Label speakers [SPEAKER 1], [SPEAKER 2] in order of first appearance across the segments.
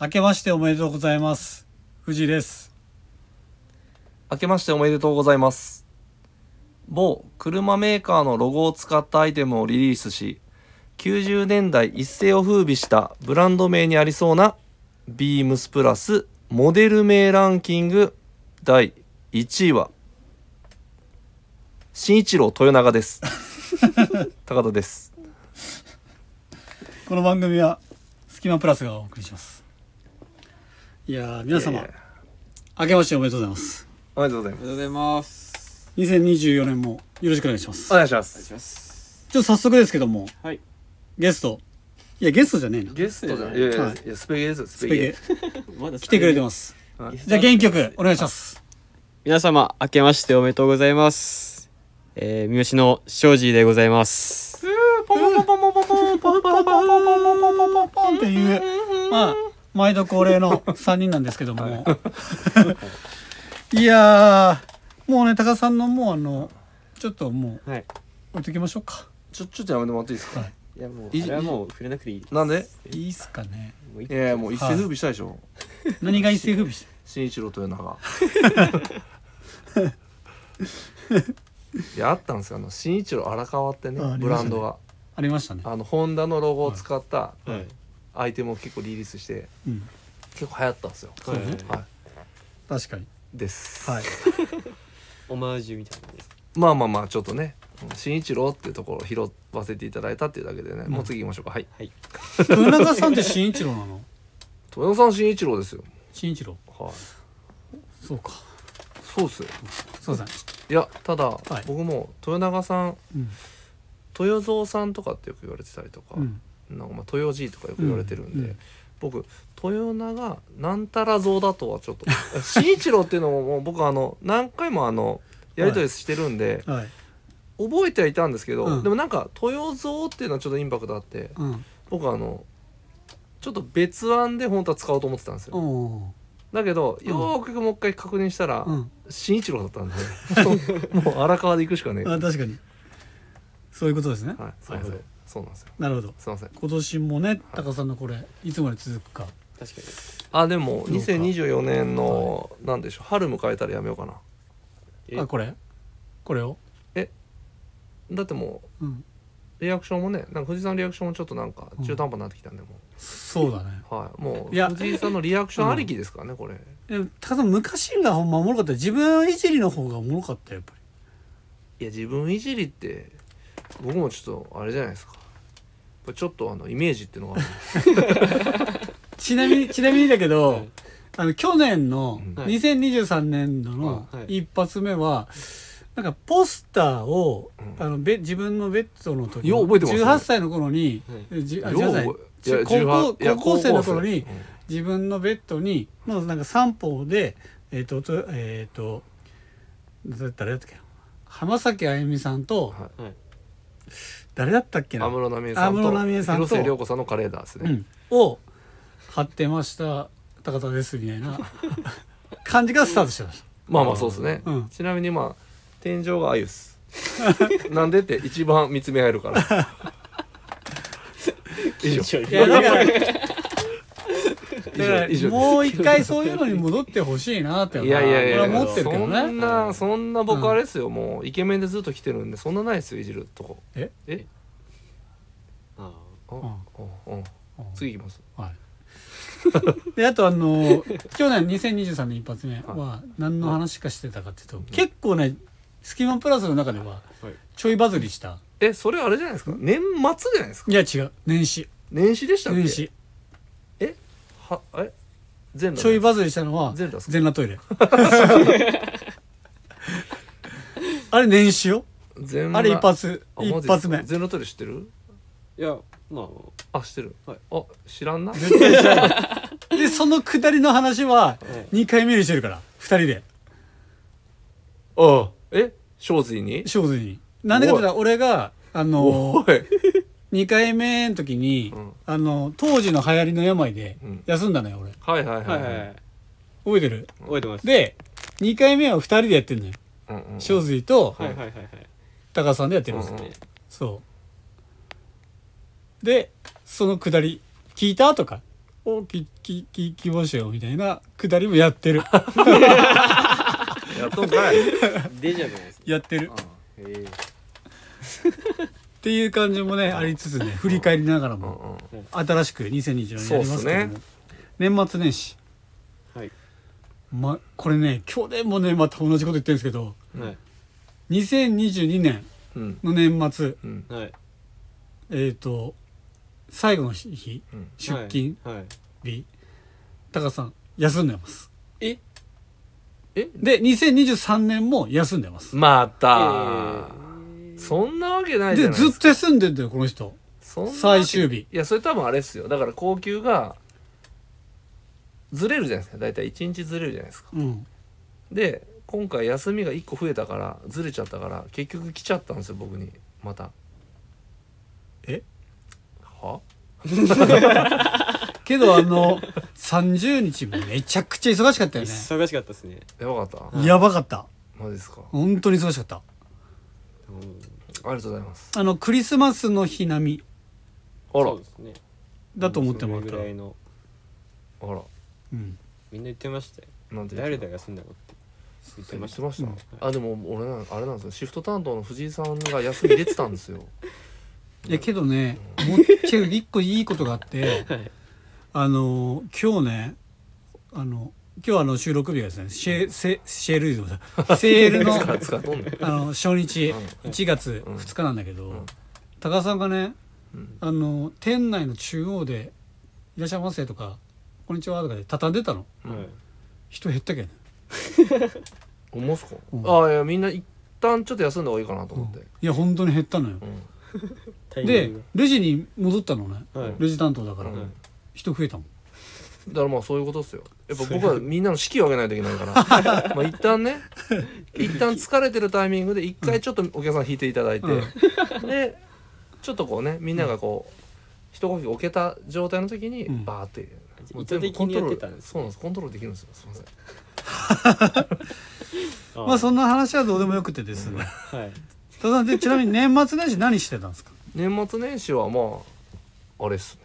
[SPEAKER 1] 明けましておめでとうございます。藤井です。
[SPEAKER 2] 明けましておめでとうございます某車メーカーのロゴを使ったアイテムをリリースし90年代一世を風靡したブランド名にありそうなビームスプラスモデル名ランキング第1位は新一郎豊永です高田です
[SPEAKER 1] この番組は、スキマプラスがお送りします。いやー、皆様、
[SPEAKER 2] いやいや
[SPEAKER 1] 明けましておめでとうございます。
[SPEAKER 2] おめでとうござい
[SPEAKER 3] あり
[SPEAKER 2] ます
[SPEAKER 3] がとうございます。
[SPEAKER 1] 2024年もよろしくお願いします。
[SPEAKER 2] お
[SPEAKER 1] ちょっ
[SPEAKER 2] 願いしま
[SPEAKER 3] お願い
[SPEAKER 2] す
[SPEAKER 3] します。
[SPEAKER 1] と早速ですけども、
[SPEAKER 3] はい。
[SPEAKER 1] ゲスト、いや、ゲストじゃねえな。
[SPEAKER 2] ゲストじゃないいやいや,、
[SPEAKER 1] はい
[SPEAKER 2] い、やスペゲですよス
[SPEAKER 1] ス
[SPEAKER 2] ペ
[SPEAKER 1] ペ
[SPEAKER 2] ゲ
[SPEAKER 1] ゲ、
[SPEAKER 3] まだ
[SPEAKER 1] 来てくれてます。じゃあ、元気よくお願いします。
[SPEAKER 3] 皆様、明けましておめでとうございます。えー、三好の庄司でございます。
[SPEAKER 2] ポンポンポンポンポンポンポンポンポンポンポンポンポンポンポン
[SPEAKER 1] ポンっていう、まあ、毎度恒例の3人なんですけども。いやー、もうね、高田さんのもうあの、ちょっともう、
[SPEAKER 3] はい。
[SPEAKER 1] 置いときましょうか。
[SPEAKER 2] ちょちょっとやめてもらっていいですか、
[SPEAKER 1] はい
[SPEAKER 3] いや、もう、
[SPEAKER 2] い
[SPEAKER 3] あれはもう触れなくていい。
[SPEAKER 2] なんで
[SPEAKER 1] いいっすかね。
[SPEAKER 3] もういい
[SPEAKER 2] いやいやもう一世風靡したでしょ、
[SPEAKER 1] 何が一世風靡して
[SPEAKER 2] 新一郎豊 永いやあったんですよあの新一郎荒川ってね
[SPEAKER 1] あありましたね
[SPEAKER 2] ブランドが
[SPEAKER 1] ありましたね。
[SPEAKER 2] あのホンダのロゴを使った
[SPEAKER 3] はい。
[SPEAKER 2] アイテムを結構リリースして
[SPEAKER 1] うん、
[SPEAKER 2] 結構流行ったんですよ
[SPEAKER 3] そうね
[SPEAKER 2] は
[SPEAKER 1] 確かに。
[SPEAKER 2] い、です、
[SPEAKER 1] はい。
[SPEAKER 3] オマージュみたいなのです。
[SPEAKER 2] まあまあまあちょっとね新一郎っていうところを拾わせていただいたっていうだけでね、もう次行きましょうかはい
[SPEAKER 3] はい。
[SPEAKER 1] 豊永さんって新一郎なの
[SPEAKER 2] 豊永さん新一郎ですよ
[SPEAKER 1] 新一郎。
[SPEAKER 2] はい
[SPEAKER 1] そうか。
[SPEAKER 2] そうっすよ
[SPEAKER 1] すいません。
[SPEAKER 2] いやただ、
[SPEAKER 1] い
[SPEAKER 2] 僕も豊永さん
[SPEAKER 1] うん。
[SPEAKER 2] 豊蔵さんとかってよく言われてたりとか、
[SPEAKER 1] うん。
[SPEAKER 2] なんかまあ豊爺とかよく言われてるんで、
[SPEAKER 1] うんうん
[SPEAKER 2] 僕豊永なんたら像だとはちょっと 新一郎っていうのももう僕あの何回もあのやり取りしてるんで、
[SPEAKER 1] はい。
[SPEAKER 2] 覚えてはいたんですけど、
[SPEAKER 1] うん
[SPEAKER 2] でもなんか豊蔵っていうのはちょっとインパクトあって
[SPEAKER 1] うん。
[SPEAKER 2] 僕あのちょっと別案で本当は使おうと思ってたんですよ、
[SPEAKER 1] お
[SPEAKER 2] だけど
[SPEAKER 1] ん
[SPEAKER 2] よーくもう一回確認したら、
[SPEAKER 1] ーうん。
[SPEAKER 2] 新一郎だった んでもう荒川で行くしかねえ、
[SPEAKER 1] あ、確かに。そういうことですね。
[SPEAKER 2] はい、すいま
[SPEAKER 3] なる
[SPEAKER 2] せ
[SPEAKER 3] ほ
[SPEAKER 2] ん
[SPEAKER 3] ど
[SPEAKER 2] そうなんですよ
[SPEAKER 1] なるほど。
[SPEAKER 2] すいません
[SPEAKER 1] 今年もね、高田さんのこれ、いつまで続くか。
[SPEAKER 3] 確かに。
[SPEAKER 2] あでも2024年のなんでしょう春迎えたらやめようかな
[SPEAKER 3] え
[SPEAKER 1] あ、これこれを
[SPEAKER 2] だっても
[SPEAKER 1] うん。
[SPEAKER 2] うリアクションもねなんか藤井さんのリアクションもちょっとなんか中途半端になってきたんでも
[SPEAKER 1] そうだね。
[SPEAKER 2] う、はいも
[SPEAKER 1] いや
[SPEAKER 2] う藤井さんのリアクションありきですからねこれ
[SPEAKER 1] でも高田さん、昔がほんまおもろかった。自分いじりの方がおもろかったよ、やっぱり。
[SPEAKER 2] いや自分いじりって僕もちょっとあれじゃないですかやっぱちょっとあのイメージっていうのがあるんで
[SPEAKER 1] ちなみ に、ちなみにだけど、
[SPEAKER 3] はい
[SPEAKER 1] あの、去年の
[SPEAKER 2] うん
[SPEAKER 3] はい
[SPEAKER 1] 2023年度の
[SPEAKER 3] はい
[SPEAKER 1] 一発目は、なんかポスターを、
[SPEAKER 2] うん
[SPEAKER 1] あの、べ自分のベッドの時
[SPEAKER 2] よう覚えてますね
[SPEAKER 1] 18歳の頃に、
[SPEAKER 3] は
[SPEAKER 1] じあ
[SPEAKER 2] よう
[SPEAKER 1] 18歳
[SPEAKER 2] 覚えいや
[SPEAKER 1] ち高校
[SPEAKER 2] 18いや
[SPEAKER 1] 高校生の頃に
[SPEAKER 2] 高校
[SPEAKER 1] 自分のベッドに、のなんか散歩で、えっ、と、とえっ、と、だ誰だったっけな浜崎あゆみさんと、
[SPEAKER 2] はい
[SPEAKER 3] はい。
[SPEAKER 1] 誰だったっけ
[SPEAKER 2] 生
[SPEAKER 1] な、
[SPEAKER 2] 安室奈美恵さん
[SPEAKER 1] 安室奈美恵さんと
[SPEAKER 2] と広末涼子さんのカレンダーです
[SPEAKER 1] う
[SPEAKER 2] ね、
[SPEAKER 1] ん、を貼ってました高田ですみたい な感じがスタートしてました。
[SPEAKER 2] まあまあそうですね、
[SPEAKER 1] うん
[SPEAKER 2] ちなみにまあ天井があゆっすなんでって一番見つめ合え るから以上
[SPEAKER 1] いやだから
[SPEAKER 2] 以上
[SPEAKER 1] だ
[SPEAKER 2] 以上
[SPEAKER 1] から
[SPEAKER 2] です
[SPEAKER 1] もう一回そういうのに戻ってほしいなって
[SPEAKER 2] いやいやいや
[SPEAKER 1] 俺は思ってるけど
[SPEAKER 2] そん
[SPEAKER 1] ね
[SPEAKER 2] なそんな
[SPEAKER 1] うん
[SPEAKER 2] 僕あれですよ、もうイケメンでずっと来てるんでそんなないですよいじるとこ
[SPEAKER 1] え
[SPEAKER 2] え
[SPEAKER 3] あ
[SPEAKER 2] あ、
[SPEAKER 1] ん
[SPEAKER 2] うんうん次行きます
[SPEAKER 1] はい であとあの去年2023年一発目は何の話かしてたかっていうと結構ね「スキマプラス」の中では
[SPEAKER 3] あ。はい。
[SPEAKER 1] ちょいバズりした
[SPEAKER 2] えそれあれじゃないですか年末じゃないですか
[SPEAKER 1] いや違う年始
[SPEAKER 2] 年始でしたっけ
[SPEAKER 1] 年始
[SPEAKER 2] えはえ全裸
[SPEAKER 1] ちょいバズりしたのは
[SPEAKER 2] 全裸っすか
[SPEAKER 1] 全裸トイレ あれ年始よ
[SPEAKER 2] 全裸
[SPEAKER 1] あれ一発
[SPEAKER 2] あマジっ
[SPEAKER 1] 一
[SPEAKER 2] すか
[SPEAKER 1] 発目
[SPEAKER 2] 全裸トイレ知ってる
[SPEAKER 3] いや、まあ、
[SPEAKER 2] あ知ってる、
[SPEAKER 3] はい
[SPEAKER 2] あ知らんな
[SPEAKER 1] 絶対知らないでそのくだりの話は2回目にしてるから2人で
[SPEAKER 2] ああえ正髄に
[SPEAKER 1] 正直になんでかって言ったら俺があの
[SPEAKER 2] おい
[SPEAKER 1] 2回目の時に、
[SPEAKER 2] うん
[SPEAKER 1] あの当時の流行りの病で
[SPEAKER 2] うん
[SPEAKER 1] 休んだのよ俺
[SPEAKER 2] はいはいは
[SPEAKER 3] はいい
[SPEAKER 2] は
[SPEAKER 3] はいい
[SPEAKER 2] は
[SPEAKER 3] はいい。
[SPEAKER 1] 覚えてる
[SPEAKER 3] 覚えてます。
[SPEAKER 1] で2回目は2人でやってんのよ
[SPEAKER 2] うんうん
[SPEAKER 1] 正髄と
[SPEAKER 3] はいはいはいはい。
[SPEAKER 1] 高田さんでやってるんですよ、
[SPEAKER 2] うんそう
[SPEAKER 1] そうでそのくだり聞いたとかお聞き聞きましたよみたいなくだりもやってる
[SPEAKER 2] やっとんかい。
[SPEAKER 3] デジャブですね
[SPEAKER 1] やってるっ
[SPEAKER 3] あへ
[SPEAKER 1] ていう感じもねありつつね振り返りながらも新しく2024年やりますけども、
[SPEAKER 2] そうっ
[SPEAKER 1] 年末年始、
[SPEAKER 3] えはい
[SPEAKER 1] ま、これね去年もねまた同じこと言ってるんですけど
[SPEAKER 3] はい
[SPEAKER 1] 2022年
[SPEAKER 2] うん。
[SPEAKER 1] の年末
[SPEAKER 2] うん。
[SPEAKER 3] はい
[SPEAKER 1] えっ、と最後の日
[SPEAKER 2] うん
[SPEAKER 1] 出勤
[SPEAKER 3] はいはい
[SPEAKER 1] 日、タカさん休んでます
[SPEAKER 3] え
[SPEAKER 1] で2023年も休んでます
[SPEAKER 2] ま
[SPEAKER 3] え
[SPEAKER 2] た。
[SPEAKER 3] ー
[SPEAKER 2] そんなわけないじ
[SPEAKER 1] で
[SPEAKER 2] ゃない
[SPEAKER 1] ず
[SPEAKER 2] ですか
[SPEAKER 1] っ。と休んでんだよこの人
[SPEAKER 2] そんなわけ
[SPEAKER 1] 最終日
[SPEAKER 2] いやそれ多分あれですよだから高級がずれるじゃないですか大体1日ずれるじゃないですか
[SPEAKER 1] うん
[SPEAKER 2] で今回休みが1個増えたからずれちゃったから結局来ちゃったんですよ僕にまた
[SPEAKER 1] え
[SPEAKER 2] は
[SPEAKER 1] けどあの 30日めちゃくちゃ忙しかったよね
[SPEAKER 3] 忙しかったですね
[SPEAKER 2] やばかった
[SPEAKER 1] やばかった
[SPEAKER 2] マジですか
[SPEAKER 1] 本当に忙しかった
[SPEAKER 3] う
[SPEAKER 2] あ
[SPEAKER 3] ん
[SPEAKER 2] りがとうございます
[SPEAKER 1] あのクリスマスの日並み
[SPEAKER 2] あら
[SPEAKER 3] そうですね
[SPEAKER 1] だと思ってもらっ
[SPEAKER 3] そ
[SPEAKER 1] た
[SPEAKER 3] れ
[SPEAKER 1] ら
[SPEAKER 3] ぐらいの
[SPEAKER 2] あら
[SPEAKER 1] うん
[SPEAKER 3] みんな言ってましたよ
[SPEAKER 2] なんて言
[SPEAKER 3] 誰
[SPEAKER 2] って
[SPEAKER 3] だが休んだのって言って
[SPEAKER 2] ま
[SPEAKER 3] ま
[SPEAKER 2] し
[SPEAKER 3] したた
[SPEAKER 2] 言ってま
[SPEAKER 1] うん
[SPEAKER 2] したあでも俺なんあれなんですよシフト担当の藤井さんが休み入れてたんですよ
[SPEAKER 1] いやけどねもう一個一個いいことがあって
[SPEAKER 3] はい
[SPEAKER 1] あの今日ねあの今日あの収録日がですねシェセシェールイズムだセー ルの
[SPEAKER 2] 使使っとんねん
[SPEAKER 1] あの初日
[SPEAKER 2] うん
[SPEAKER 1] 1月2日なんだけ
[SPEAKER 2] う
[SPEAKER 1] ど
[SPEAKER 2] ん
[SPEAKER 1] 高田さんがね
[SPEAKER 2] うん
[SPEAKER 1] あの店内の中央で「いらっしゃいませ」とか「こんにちは」とかで畳んでたの
[SPEAKER 3] はい
[SPEAKER 1] 人減ったけんね
[SPEAKER 2] 思うっすか、
[SPEAKER 1] うん
[SPEAKER 2] ああいやみんな一旦ちょっと休んだ方がいいかなと
[SPEAKER 1] うん
[SPEAKER 2] 思って、
[SPEAKER 1] いや本当に減ったのよ
[SPEAKER 2] うん
[SPEAKER 3] タイミ
[SPEAKER 1] で
[SPEAKER 3] ング
[SPEAKER 1] レジに戻ったのね
[SPEAKER 3] がはい
[SPEAKER 1] レジ担当だから
[SPEAKER 2] うん
[SPEAKER 1] 人増えたもん
[SPEAKER 2] だからまあそういうことですよやっぱ僕はみんなの指揮を上げないといけないからまあ一旦ね一旦疲れてるタイミングで一回ちょっとお客さん引いていただいて、でちょっとこうねみんながこう、一呼吸置けた状態の時に
[SPEAKER 1] うん
[SPEAKER 2] バーって、
[SPEAKER 3] 意図
[SPEAKER 2] もう全部
[SPEAKER 3] 的にやってた
[SPEAKER 2] コントロール
[SPEAKER 3] んですね
[SPEAKER 2] そうなんですコントロールできるんですよすいません
[SPEAKER 3] あ
[SPEAKER 1] まあそ
[SPEAKER 3] ん
[SPEAKER 1] んな話はどうでもよくてですね
[SPEAKER 3] はい
[SPEAKER 1] 高田さんってちなみに年末年始何してたんですか
[SPEAKER 2] 年末年始はまああれっす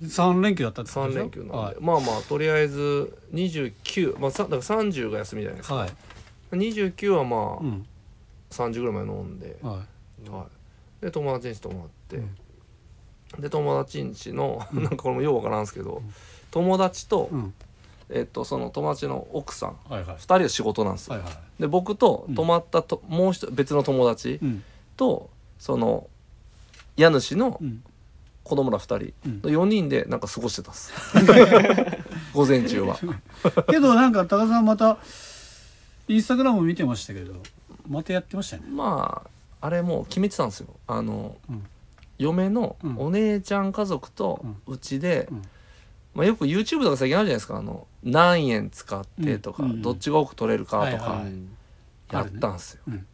[SPEAKER 2] ね
[SPEAKER 1] 3連休だったってこと
[SPEAKER 2] 3
[SPEAKER 1] でしょ
[SPEAKER 2] 連休なんで、
[SPEAKER 1] はい
[SPEAKER 2] まあまあとりあえず29、まあ、さだから30が休みじゃないですか、
[SPEAKER 1] はい
[SPEAKER 2] 29はまあ、
[SPEAKER 1] うん
[SPEAKER 2] 30ぐらいまで飲んで、
[SPEAKER 1] は
[SPEAKER 2] はい、で友達ん家泊まって、
[SPEAKER 1] うん
[SPEAKER 2] で友達ん家の なんかこれもようわからんすけど、友達と,、
[SPEAKER 1] いうん
[SPEAKER 2] えっとその友達の奥さん
[SPEAKER 1] はいはい
[SPEAKER 2] 2人は仕事なんですよ、
[SPEAKER 1] はいはい
[SPEAKER 2] で僕と
[SPEAKER 1] うん
[SPEAKER 2] 泊まったと、もう一人別の友達
[SPEAKER 1] うん
[SPEAKER 2] と、その家主の
[SPEAKER 1] うん
[SPEAKER 2] 子供ら2人
[SPEAKER 1] うん
[SPEAKER 2] の4人でなんか過ごしてた っす午前中は
[SPEAKER 1] けどなんか高田さんまたインスタグラム見てましたけどまたやってましたよね
[SPEAKER 2] まああれもう決めてたんですよあの、
[SPEAKER 1] うん
[SPEAKER 2] 嫁の
[SPEAKER 1] うん
[SPEAKER 2] お姉ちゃん家族とうちで、
[SPEAKER 1] うん
[SPEAKER 2] まあ、よく YouTube とか最近あるじゃないですかあの何円使ってとか、
[SPEAKER 1] うんうん
[SPEAKER 2] どっちが多く取れるかと
[SPEAKER 1] はい
[SPEAKER 2] か
[SPEAKER 1] はい
[SPEAKER 2] やったんですよ、
[SPEAKER 1] あるねうん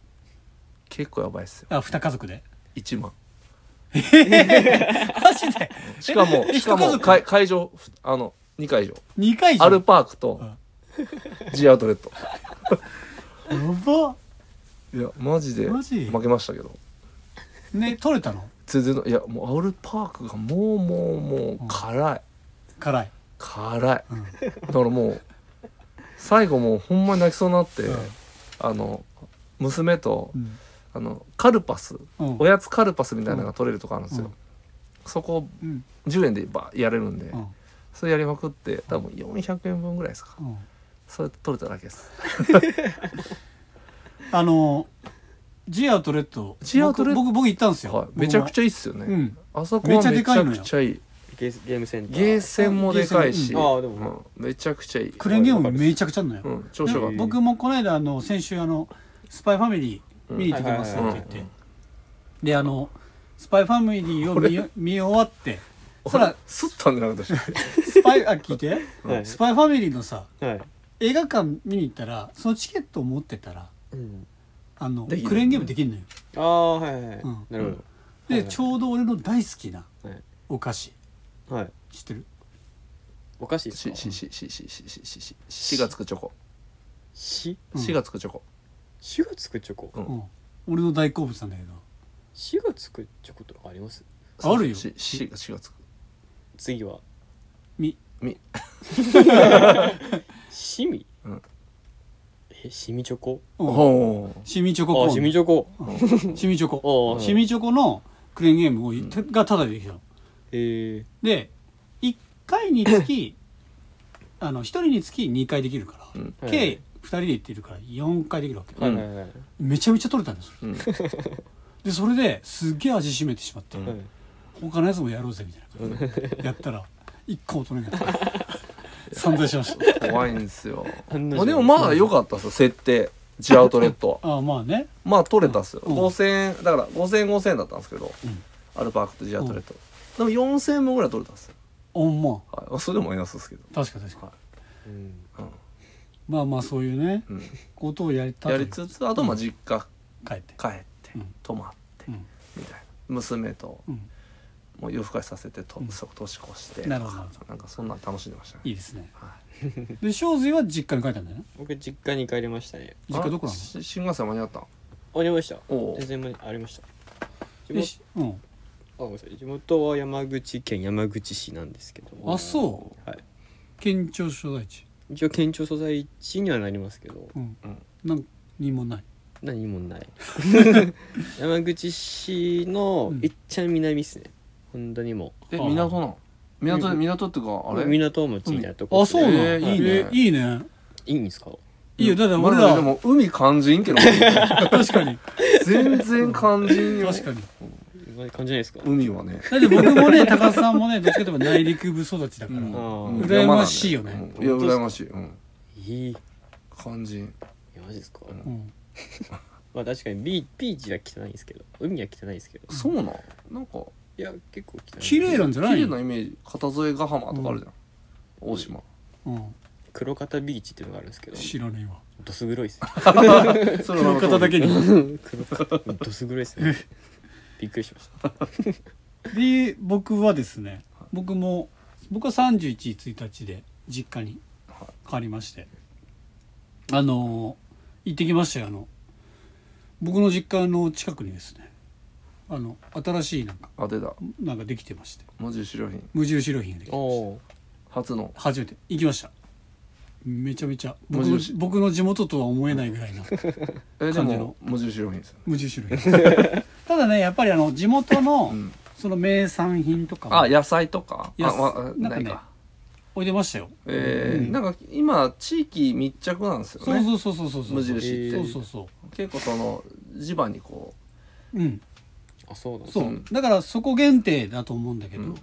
[SPEAKER 2] 結構やばいっすよ
[SPEAKER 1] あ二家族で
[SPEAKER 2] 1万
[SPEAKER 1] マジで
[SPEAKER 2] しかも
[SPEAKER 1] え
[SPEAKER 2] しか
[SPEAKER 1] 一家
[SPEAKER 2] も
[SPEAKER 1] 族
[SPEAKER 2] 会会場ふあの2会場
[SPEAKER 1] 2回じゃ
[SPEAKER 2] ア
[SPEAKER 1] ん
[SPEAKER 2] ルパークと
[SPEAKER 1] うん
[SPEAKER 2] G アウトレット
[SPEAKER 1] やば
[SPEAKER 2] いやマジで
[SPEAKER 1] マジ
[SPEAKER 2] 負けましたけど
[SPEAKER 1] ね取れたの
[SPEAKER 2] 全然いやもうアルパークがもうもうもう辛い
[SPEAKER 1] 辛い、
[SPEAKER 2] 辛い
[SPEAKER 1] うん
[SPEAKER 2] だからもう最後もうほんまに泣きそうになって、
[SPEAKER 1] うん
[SPEAKER 2] あの娘と
[SPEAKER 1] うん
[SPEAKER 2] あのカルパス
[SPEAKER 1] うん
[SPEAKER 2] おやつカルパスみたいなのが取れるとこあるんですよ、
[SPEAKER 1] うん
[SPEAKER 2] そこ
[SPEAKER 1] うん
[SPEAKER 2] 10円でバーやれるんで、
[SPEAKER 1] うん
[SPEAKER 2] それやりまくって多分400円分ぐらいですか
[SPEAKER 1] うん
[SPEAKER 2] それ取れただけです
[SPEAKER 1] あの G アウトレット
[SPEAKER 2] G アウトレット
[SPEAKER 1] 僕僕僕行ったんですよ、
[SPEAKER 2] はい、めちゃくち
[SPEAKER 1] ゃ
[SPEAKER 2] ゃいいっすよね、
[SPEAKER 1] うん
[SPEAKER 2] あそこはめちゃ
[SPEAKER 1] めちゃでかいのよ
[SPEAKER 2] くちゃいい
[SPEAKER 3] ゲーゲームセンター
[SPEAKER 2] ゲーセンもでかいし、
[SPEAKER 1] ゲ
[SPEAKER 3] ーセンうんあーでも
[SPEAKER 2] うんめちゃくちゃいい
[SPEAKER 1] クレーンゲームめちゃくちゃあんのよ、
[SPEAKER 2] うん調子よかっ
[SPEAKER 1] で
[SPEAKER 2] た
[SPEAKER 1] 僕もこの間あの先週あのスパイファミリー見に行ってきますって言って、
[SPEAKER 2] うんはいはいはい
[SPEAKER 1] であのスパイファミリーを見よ見終わってそ
[SPEAKER 2] あ
[SPEAKER 1] ら
[SPEAKER 2] れすったんじゃなかったっ
[SPEAKER 1] スパイあ聞いて
[SPEAKER 3] はい
[SPEAKER 1] スパイファミリーのさ
[SPEAKER 3] はい
[SPEAKER 1] 映画館見に行ったらそのチケットを持ってたら
[SPEAKER 3] うん
[SPEAKER 1] あの
[SPEAKER 2] できる
[SPEAKER 1] クレーンゲームできるのよ
[SPEAKER 3] ああはいはいはい
[SPEAKER 1] うん
[SPEAKER 3] なる
[SPEAKER 1] で、
[SPEAKER 3] はいはい
[SPEAKER 1] ちょうど俺の大好きな
[SPEAKER 3] ほどはい
[SPEAKER 1] お菓子
[SPEAKER 3] はい
[SPEAKER 1] 知ってる
[SPEAKER 3] おかしいです
[SPEAKER 2] し
[SPEAKER 3] か
[SPEAKER 2] しししししししししがつくチョコ
[SPEAKER 3] し
[SPEAKER 1] うん
[SPEAKER 2] しがつくチョコ
[SPEAKER 3] しがつくチョコ
[SPEAKER 2] うん
[SPEAKER 1] うん、俺の大好物なんだけど
[SPEAKER 3] しがつくチョコとかあります
[SPEAKER 1] あるよ
[SPEAKER 2] しししがつく
[SPEAKER 3] 次は
[SPEAKER 1] み
[SPEAKER 3] シミ、
[SPEAKER 2] うん
[SPEAKER 3] えシミチョコ
[SPEAKER 1] うん
[SPEAKER 2] おー
[SPEAKER 1] シミチョココ
[SPEAKER 3] あシミチョコ
[SPEAKER 1] ーンシミチョコ
[SPEAKER 3] ああ
[SPEAKER 1] シミチョコのクレーンゲームをてがタダでできたの
[SPEAKER 3] ええ
[SPEAKER 1] で1回につ きあの1人につき2回できるから、
[SPEAKER 2] うん
[SPEAKER 3] はい
[SPEAKER 1] 計2人で行ってるから4回できるわけ、
[SPEAKER 2] うん
[SPEAKER 3] はいはいはい
[SPEAKER 1] めちゃめちゃ取れたんですよ
[SPEAKER 2] うん
[SPEAKER 1] でそれですっげえ味しめてしまって、
[SPEAKER 2] うん
[SPEAKER 1] 他のやつもやろうぜみたいな感じで やったら一個も取れなかった散々しました
[SPEAKER 2] 怖いんですよ
[SPEAKER 3] あんなじゃない
[SPEAKER 2] まあでもまあ良かったっすよ設定ジアウトレットは
[SPEAKER 1] ああまあね
[SPEAKER 2] まあ取れたっすよ、
[SPEAKER 1] うん
[SPEAKER 2] 5000円だから5000円5000円だったんですけど、
[SPEAKER 1] うん
[SPEAKER 2] アルパークとジアウトレット、でも4000円分ぐらい取れたっすよ、
[SPEAKER 1] おんま
[SPEAKER 2] はいまあ、それでもマイナスですけど、
[SPEAKER 1] 確か確か
[SPEAKER 3] うん
[SPEAKER 1] まあまあそういうね
[SPEAKER 2] うん
[SPEAKER 1] ことをやりた
[SPEAKER 2] やりつつあとまあ実家
[SPEAKER 1] 帰って
[SPEAKER 2] 帰って、
[SPEAKER 1] うん
[SPEAKER 2] 泊まって、
[SPEAKER 1] うん
[SPEAKER 2] みたいな娘と
[SPEAKER 1] うん
[SPEAKER 2] もう夜更かしさせてと、
[SPEAKER 1] うん
[SPEAKER 2] そこ年越して
[SPEAKER 1] なるほどなるほ
[SPEAKER 2] なんかそんなん楽しんでましたね
[SPEAKER 1] いいですね
[SPEAKER 2] はい
[SPEAKER 1] で庄司は実家に帰ったんだよね
[SPEAKER 3] 僕実家に帰りましたね
[SPEAKER 1] 実家どこな
[SPEAKER 2] あし新幹線間に合ったん
[SPEAKER 3] ありました
[SPEAKER 2] おお
[SPEAKER 3] 全然間にありました地
[SPEAKER 1] ので
[SPEAKER 3] 元
[SPEAKER 1] しうん
[SPEAKER 3] あごめんなさい地元は山口県山口市なんですけど
[SPEAKER 1] あそう
[SPEAKER 3] はい
[SPEAKER 1] 県庁所在地
[SPEAKER 3] 一応県庁所在地にはなりますけど
[SPEAKER 1] うん
[SPEAKER 2] うん
[SPEAKER 1] 何にもない
[SPEAKER 3] 何 もない山口市の
[SPEAKER 1] うん
[SPEAKER 3] いっちゃん南っすね本当にも
[SPEAKER 2] え
[SPEAKER 1] あー
[SPEAKER 2] 港なん港で港っていうかあれ
[SPEAKER 3] 港町みたいなとこ
[SPEAKER 1] あそうなの
[SPEAKER 2] えーいいね
[SPEAKER 1] えーいいね
[SPEAKER 3] いいんですか
[SPEAKER 1] いいよだって
[SPEAKER 2] ま
[SPEAKER 1] 俺ら
[SPEAKER 2] でも海感じんけど
[SPEAKER 1] 確かに
[SPEAKER 2] 全然感じんよ
[SPEAKER 1] 確かに
[SPEAKER 3] 感じないですか、
[SPEAKER 2] 海はね
[SPEAKER 1] だって僕もね高須さんもねどっちかといえば内陸部育ちだから、
[SPEAKER 2] うん
[SPEAKER 3] あ
[SPEAKER 1] ー
[SPEAKER 2] うん山なんだ
[SPEAKER 1] 羨ましいよね
[SPEAKER 2] うんいや
[SPEAKER 3] 本当っすか
[SPEAKER 2] 羨ましいうん
[SPEAKER 3] いいい
[SPEAKER 2] 感じん
[SPEAKER 3] やマジですか、
[SPEAKER 2] ん
[SPEAKER 1] うん
[SPEAKER 3] まあ確かにビビーチは汚いんですけど海は汚いですけど
[SPEAKER 2] そうなんなんか
[SPEAKER 3] いや結構汚い
[SPEAKER 1] 綺麗なんじ
[SPEAKER 2] 綺
[SPEAKER 1] ゃない
[SPEAKER 2] 麗なイメージ片添ヶ浜とかあるじゃん大島
[SPEAKER 1] うん、
[SPEAKER 3] 黒方ビーチっていうのがあるんですけど
[SPEAKER 1] 知らねえわ
[SPEAKER 3] どす黒いっすね
[SPEAKER 2] そ
[SPEAKER 1] この方だけに
[SPEAKER 3] 黒方どす黒いっすねびっくりしました
[SPEAKER 1] で僕はですね僕も僕は31日1日で実家に帰りましてあのー行ってきましたよあの僕の実家の近くにですねあの新しいなんか
[SPEAKER 2] あ出た
[SPEAKER 1] なんかできてまして
[SPEAKER 2] 無印良品
[SPEAKER 1] 無印良品ができて
[SPEAKER 3] おお
[SPEAKER 2] 初の
[SPEAKER 1] 初めて行きましためちゃめちゃ
[SPEAKER 2] 無
[SPEAKER 1] 僕の
[SPEAKER 2] 印
[SPEAKER 1] 僕の地元とは思えないぐら いな
[SPEAKER 2] え
[SPEAKER 1] 感
[SPEAKER 2] で
[SPEAKER 1] じ
[SPEAKER 2] も
[SPEAKER 1] の
[SPEAKER 2] 無印良品ですよ
[SPEAKER 1] 無印 良品ただねやっぱりあの地元の
[SPEAKER 2] うん
[SPEAKER 1] その名産品とかも
[SPEAKER 2] あ野菜とかあ
[SPEAKER 1] 野菜
[SPEAKER 2] わ
[SPEAKER 1] なん
[SPEAKER 2] な
[SPEAKER 1] かね
[SPEAKER 2] いか
[SPEAKER 1] 置いてましたよ
[SPEAKER 2] え
[SPEAKER 1] う
[SPEAKER 2] ー
[SPEAKER 1] ん
[SPEAKER 2] なんか今地域密着なんですよ
[SPEAKER 1] そう
[SPEAKER 2] ね
[SPEAKER 1] そうそうそうそうそう
[SPEAKER 2] 無印
[SPEAKER 1] そう
[SPEAKER 2] っ
[SPEAKER 1] そう
[SPEAKER 2] て
[SPEAKER 1] そ
[SPEAKER 2] 結構その地場にこ
[SPEAKER 1] ううん
[SPEAKER 3] あそうなんだ
[SPEAKER 1] そうう、
[SPEAKER 2] うん
[SPEAKER 1] だからそこ限定だと思うんだけど、
[SPEAKER 2] うん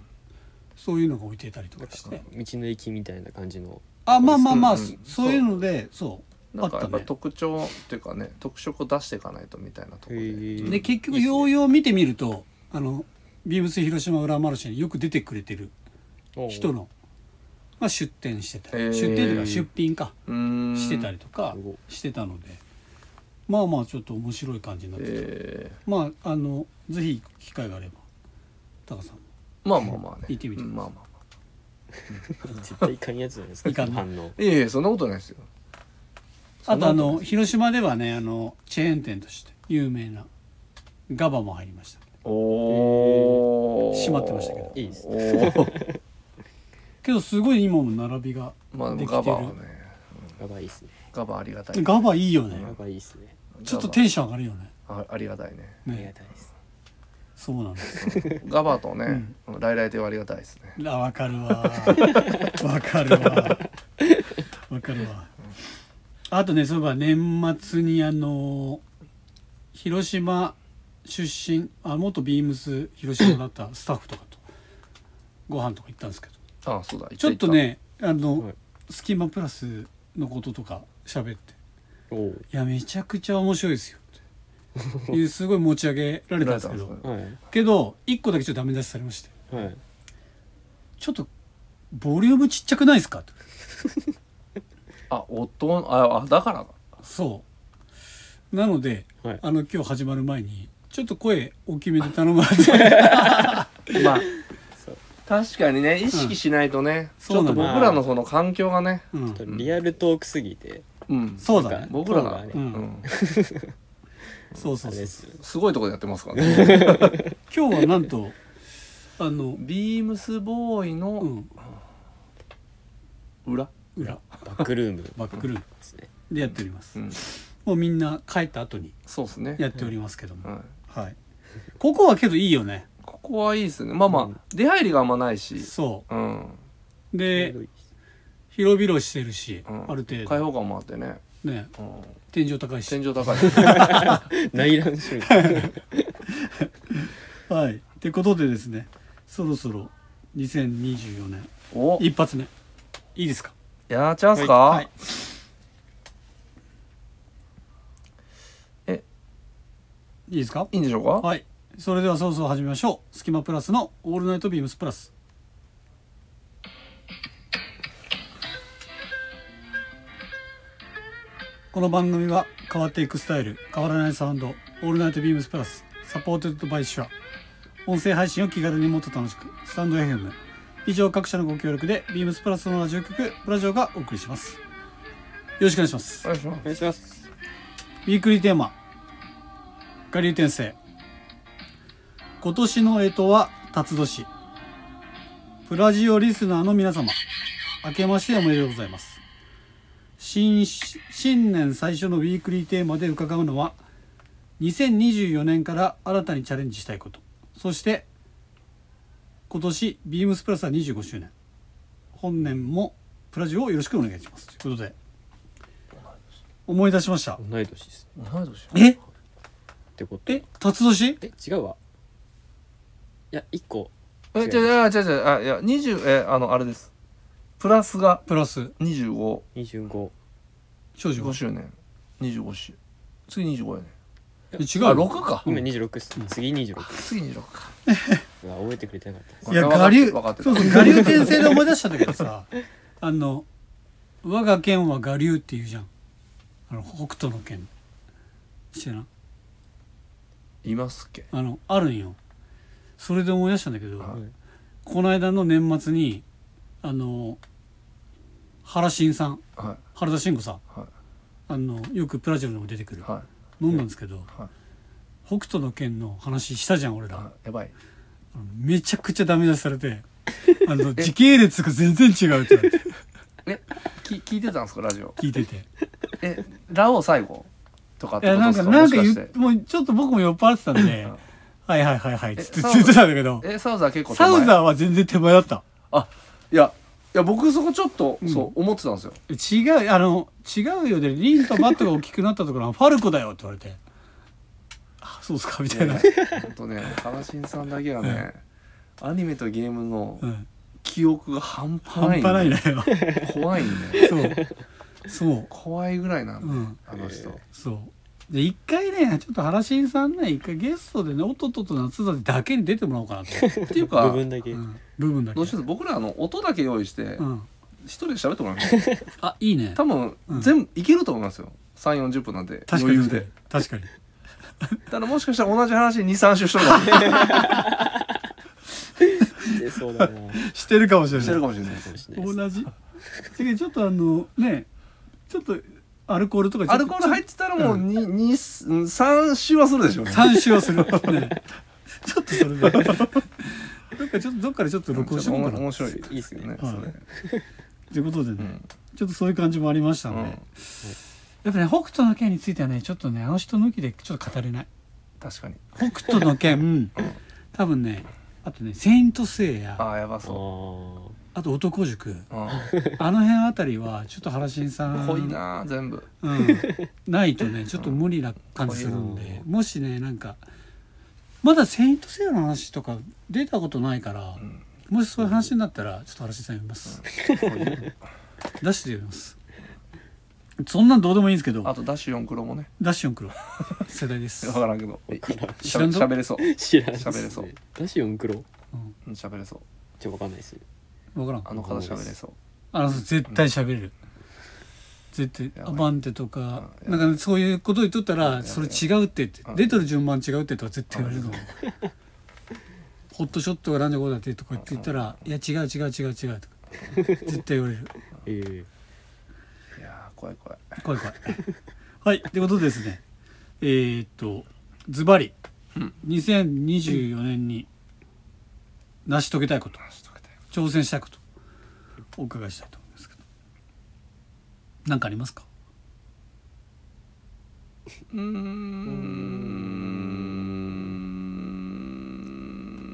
[SPEAKER 1] そういうのが置いてたりとかして、
[SPEAKER 3] 道の駅みたいな感じの
[SPEAKER 1] あまあまあまあ、
[SPEAKER 2] うん
[SPEAKER 1] そそういうのでそう
[SPEAKER 2] うなんか
[SPEAKER 1] あ
[SPEAKER 2] や
[SPEAKER 1] っ
[SPEAKER 2] ったぱ
[SPEAKER 1] ね
[SPEAKER 2] 特徴っていうかね特色を出していかないとみたいなところ
[SPEAKER 3] へ
[SPEAKER 2] で
[SPEAKER 3] ー
[SPEAKER 1] で結局ようよう見てみるとあのビームス広島裏マルシェによく出てくれてる人のが出店してたり、
[SPEAKER 2] へー
[SPEAKER 1] 出店というか出品か
[SPEAKER 2] うーん
[SPEAKER 1] してたりとか
[SPEAKER 3] すごい
[SPEAKER 1] してたのでまあまあちょっと面白い感じになってて、
[SPEAKER 2] え
[SPEAKER 1] まああのぜひ機会があればタカさんも
[SPEAKER 2] ーまあまあまあね
[SPEAKER 1] 行ってみてください
[SPEAKER 2] うんまあまあま
[SPEAKER 3] 絶対いかんやつじゃないですか
[SPEAKER 1] いかん
[SPEAKER 3] 反応
[SPEAKER 2] あいえいえそんなことないですよ
[SPEAKER 1] あとあ
[SPEAKER 2] そんなこと
[SPEAKER 1] の広島ではねあのチェーン店として有名なガバも入りました
[SPEAKER 2] おお
[SPEAKER 1] えー閉まってましたけど
[SPEAKER 3] いいです
[SPEAKER 2] ね
[SPEAKER 1] けどすごい今も並びが
[SPEAKER 2] まあ
[SPEAKER 1] で
[SPEAKER 2] でも
[SPEAKER 1] きて
[SPEAKER 2] ガ
[SPEAKER 1] る
[SPEAKER 2] バはね
[SPEAKER 3] やばいっすね
[SPEAKER 2] ガバありがたい
[SPEAKER 1] ガバいいよね
[SPEAKER 3] やばいっすね
[SPEAKER 1] ちょっとテンション上がるよね
[SPEAKER 2] あありがたいね
[SPEAKER 3] ありが
[SPEAKER 1] ね
[SPEAKER 3] たいです
[SPEAKER 1] そうなんです
[SPEAKER 2] ガバとね来来亭はありがたいですね
[SPEAKER 1] あわかるわ わかるわわかるわあとねそういえば年末にあの広島出身あ元ビームス広島だったスタッフとかとご飯とか行ったんですけど
[SPEAKER 2] あそうだ
[SPEAKER 1] ちょっとねあの、
[SPEAKER 3] はい
[SPEAKER 1] スキマプラスのこととか喋って
[SPEAKER 3] おお
[SPEAKER 1] 「いやめちゃくちゃ面白いですよ」っていうすごい持ち上げられたんですけ
[SPEAKER 2] られたん
[SPEAKER 1] ど
[SPEAKER 2] です
[SPEAKER 3] はい
[SPEAKER 1] けど一個だけちょっとダメ出しされまして
[SPEAKER 3] はい
[SPEAKER 1] 「ちょっとボリュームちっちゃくないですか?」って
[SPEAKER 2] あ音ああだからだ
[SPEAKER 1] そうなので
[SPEAKER 3] はい
[SPEAKER 1] あの今日始まる前にちょっと声大きめで頼まれ て
[SPEAKER 2] まあ
[SPEAKER 3] そう
[SPEAKER 2] 確かにね意識しないとね、
[SPEAKER 1] うん
[SPEAKER 2] ちょっと
[SPEAKER 1] そうな
[SPEAKER 2] 僕
[SPEAKER 3] の
[SPEAKER 2] らのその環境がね、
[SPEAKER 1] うん
[SPEAKER 3] ちょっとリアルトークすぎて
[SPEAKER 2] うん、
[SPEAKER 1] そうだね
[SPEAKER 2] 僕らが、
[SPEAKER 3] そうだね
[SPEAKER 2] うん
[SPEAKER 1] そう
[SPEAKER 3] あ
[SPEAKER 1] そうそ
[SPEAKER 3] れで
[SPEAKER 1] う
[SPEAKER 3] すよね
[SPEAKER 2] すごいとこでやってますからね
[SPEAKER 1] 今日はなんとあの
[SPEAKER 2] ビームスボーイの、
[SPEAKER 1] うん
[SPEAKER 2] 裏
[SPEAKER 1] 裏
[SPEAKER 3] バックルームで
[SPEAKER 1] バックルーム
[SPEAKER 3] すね。
[SPEAKER 1] でやっております、
[SPEAKER 2] うん
[SPEAKER 1] もうみんな帰った後に
[SPEAKER 2] そうですね
[SPEAKER 1] やっておりますけども、
[SPEAKER 2] はい
[SPEAKER 1] はいここはけどいいよね
[SPEAKER 2] ここはいいですねまあまあ、出入りがあんまないし
[SPEAKER 1] そ
[SPEAKER 2] うん
[SPEAKER 1] うで広々してるし、
[SPEAKER 2] うん
[SPEAKER 1] ある程
[SPEAKER 2] 開
[SPEAKER 1] 度
[SPEAKER 2] 放感もあってね、
[SPEAKER 1] ね
[SPEAKER 2] うん、
[SPEAKER 1] 天井高いし
[SPEAKER 2] 天井高い
[SPEAKER 3] 内覧書みたいな。
[SPEAKER 1] はいってことでですねそろそろ2024年
[SPEAKER 2] お
[SPEAKER 1] 一発目いいですか
[SPEAKER 2] やっちゃうんすか、
[SPEAKER 1] はい
[SPEAKER 2] え
[SPEAKER 1] いいですか
[SPEAKER 2] いいんでしょうか、
[SPEAKER 1] はいそれではそろそろ始めましょうスキマプラスのオールナイトビームスプラスこの番組は変わっていくスタイル変わらないサウンドオールナイトビームスプラスサポーテッドバイシュア音声配信を気軽にもっと楽しくスタンド FM 以上各社のご協力でビームスプラスのラジオ局プラジオがお送りしますよろしくお願いします
[SPEAKER 2] お願いします
[SPEAKER 3] お願いします。
[SPEAKER 1] ウィークリーテーマ「我流転生」今年の干支は辰年プラジオリスナーの皆様明けましておめでとうございます新新年最初のウィークリーテーマで伺うのは2024年から新たにチャレンジしたいことそして今年ビームスプラスは25周年本年もプラジオをよろしくお願いしますということで思い出しました
[SPEAKER 3] 同い年です。
[SPEAKER 2] 同い年
[SPEAKER 1] え
[SPEAKER 3] ってこと。
[SPEAKER 1] え辰年
[SPEAKER 3] え違うわ。いや一個。
[SPEAKER 2] え、じゃあ、じゃあ、じゃあ、いや、二十、え、あの、あれです。プラスが
[SPEAKER 1] プラス
[SPEAKER 2] 二十五、
[SPEAKER 3] 二十五。
[SPEAKER 1] 長女
[SPEAKER 2] 五周年。二十五周。次二十五やね。
[SPEAKER 1] 違う
[SPEAKER 2] あ、六か。
[SPEAKER 3] 今二十六っす。次二十六。
[SPEAKER 2] 次二十六か。
[SPEAKER 3] うわ覚えてくれてなかった。
[SPEAKER 1] いや
[SPEAKER 2] わか
[SPEAKER 1] 我
[SPEAKER 2] って
[SPEAKER 1] 流
[SPEAKER 2] るわかってる
[SPEAKER 1] そうそう 我流転生で思い出したんだけど さあの我が県は我流っていうじゃんあの北斗の県知らん
[SPEAKER 2] いますっけ。
[SPEAKER 1] あのあるんよそれで思い出したんだけど、
[SPEAKER 2] はい
[SPEAKER 1] この間の年末にあの原慎さん
[SPEAKER 2] は
[SPEAKER 1] 原田慎吾さん
[SPEAKER 2] い。は
[SPEAKER 1] あのよくプラジオにも出てく
[SPEAKER 2] い。
[SPEAKER 1] る、
[SPEAKER 2] は
[SPEAKER 1] 飲んだんですけど、
[SPEAKER 2] はい
[SPEAKER 1] 北斗の県の話したじゃん俺
[SPEAKER 2] い。
[SPEAKER 1] ら、
[SPEAKER 2] あやばい。
[SPEAKER 1] あのめちゃくちゃダメ出しされて あの時系列が全然違うって言われて
[SPEAKER 2] え、き、聞いてたんですか、ラジオ。
[SPEAKER 1] 聞いてて。
[SPEAKER 2] え、ラオ最後。とかっ
[SPEAKER 1] い
[SPEAKER 2] て
[SPEAKER 1] や
[SPEAKER 2] こと
[SPEAKER 1] な
[SPEAKER 2] で
[SPEAKER 1] んか
[SPEAKER 2] すか。
[SPEAKER 1] なんか
[SPEAKER 2] も
[SPEAKER 1] 言
[SPEAKER 2] し
[SPEAKER 1] っ
[SPEAKER 2] かして
[SPEAKER 1] もうちょっと僕も酔っ払ってたん で
[SPEAKER 2] うん
[SPEAKER 1] 「はいはいはいはい」っつってず
[SPEAKER 2] え
[SPEAKER 1] っと言ってたんだけど
[SPEAKER 2] え、サウザー結構手
[SPEAKER 1] サ
[SPEAKER 2] 前。
[SPEAKER 1] ウザーは全然手前だった
[SPEAKER 2] あ、いや。いや、僕そこちょっと、
[SPEAKER 1] ん
[SPEAKER 2] そう、思ってたんですよ。
[SPEAKER 1] 違うあの違うよでリンとバットが大きくなったところは ファルコだよって言われて「あそうっすか」みたいな、
[SPEAKER 2] 本当ね、原新さんだけはね。アニメとゲームの
[SPEAKER 1] うん、
[SPEAKER 2] 記憶が半端な
[SPEAKER 1] 半
[SPEAKER 2] いん
[SPEAKER 1] 端
[SPEAKER 2] で。
[SPEAKER 1] ないなよ
[SPEAKER 2] 怖いんだよ。
[SPEAKER 1] そうそう
[SPEAKER 2] 怖いぐらいなんだ、
[SPEAKER 1] うん
[SPEAKER 2] あの人、
[SPEAKER 1] そうで一回ねちょっと原新さんね一回ゲストでね「おととと夏だ」だけに出てもらおうかなと、
[SPEAKER 2] っていうか
[SPEAKER 3] 部分だけ。
[SPEAKER 1] うん部分だけ
[SPEAKER 2] どうしよう僕らあの音だけ用意して
[SPEAKER 1] うん、
[SPEAKER 2] 一人で喋ってもらい ます
[SPEAKER 1] あいいね
[SPEAKER 2] 多分、
[SPEAKER 1] うん
[SPEAKER 2] 全部いけると思いますよ3四4 0分なんて
[SPEAKER 1] 確か
[SPEAKER 2] 余裕
[SPEAKER 1] に
[SPEAKER 2] で
[SPEAKER 1] 確かに
[SPEAKER 2] ただもしかしたら同じ話23週しとる かもしれない
[SPEAKER 3] 出そうだな。
[SPEAKER 1] してるかもしれ
[SPEAKER 2] し
[SPEAKER 1] な
[SPEAKER 2] て
[SPEAKER 1] い
[SPEAKER 2] るかもしれない
[SPEAKER 3] かもしれないです。
[SPEAKER 1] 同じ次ちょっとあのねちょっとアルコールとか
[SPEAKER 2] アルコール入ってたらもうににうん3週はするでしょうね
[SPEAKER 1] 三種をするねちょっと それでどっかちょっとどっかでちょっと録音し
[SPEAKER 2] ち
[SPEAKER 1] て
[SPEAKER 2] ょっ
[SPEAKER 1] もらお
[SPEAKER 2] と
[SPEAKER 1] うかな
[SPEAKER 2] 面白いですよね
[SPEAKER 1] はい
[SPEAKER 2] それ
[SPEAKER 1] ということでね、
[SPEAKER 2] うん
[SPEAKER 1] ちょっとそういう感じもありましたんで、
[SPEAKER 2] うん
[SPEAKER 1] やっぱね北斗の拳についてはねちょっとねあの人抜きでちょっと語れない
[SPEAKER 2] 確かに
[SPEAKER 1] 北斗の拳多分ねあとね「セイント・セイヤ」
[SPEAKER 2] ああやば
[SPEAKER 3] あ
[SPEAKER 2] そ
[SPEAKER 3] ー
[SPEAKER 1] あと「男塾
[SPEAKER 2] う、うん、」
[SPEAKER 1] あの辺あたりはちょっと原新さん
[SPEAKER 2] 濃いなー全部
[SPEAKER 1] うん、ないと ねちょっと無理な感じするんで、もしねなんかまだ「セイント・セイヤ」の話とか出たことないから、
[SPEAKER 2] ん
[SPEAKER 1] もしそういう話になったらちょっと原さん読みます、出して読みますそんなんどうでもいいんですけど
[SPEAKER 2] あとダッシュ4黒もね
[SPEAKER 1] ダッシュン黒 世代です
[SPEAKER 2] 分からんけどし
[SPEAKER 1] 知
[SPEAKER 2] ゃ
[SPEAKER 1] らんぞ
[SPEAKER 2] 喋れそう
[SPEAKER 3] 知らんっすね。
[SPEAKER 2] 喋れそう
[SPEAKER 3] だし四クロ。
[SPEAKER 2] うん喋れそう
[SPEAKER 3] ちょっとわかんないです。
[SPEAKER 1] 分からん
[SPEAKER 2] あの方喋れそう
[SPEAKER 1] あの絶対喋れる、絶対
[SPEAKER 2] やば
[SPEAKER 1] ア
[SPEAKER 2] い
[SPEAKER 1] バンテとか
[SPEAKER 2] うん
[SPEAKER 1] なんかねそういうこと言っとったら
[SPEAKER 2] うん
[SPEAKER 1] それ違うってって
[SPEAKER 2] うん
[SPEAKER 1] 出てる順番違うってとか絶対言われるの
[SPEAKER 2] うん
[SPEAKER 1] ホットショットがなんじゃこうだってとか言って言ったら「いや違う違う違う違う」とか絶対言われる
[SPEAKER 3] ええ。
[SPEAKER 2] いやー怖い怖い
[SPEAKER 1] 怖い怖いはいってことでですねえーっとズバリ
[SPEAKER 2] うん
[SPEAKER 1] 2024年に成し遂げたいこと
[SPEAKER 2] 話しとけたよ
[SPEAKER 1] 挑戦したいことお伺いしたいと思いますけど何かありますか
[SPEAKER 2] うーん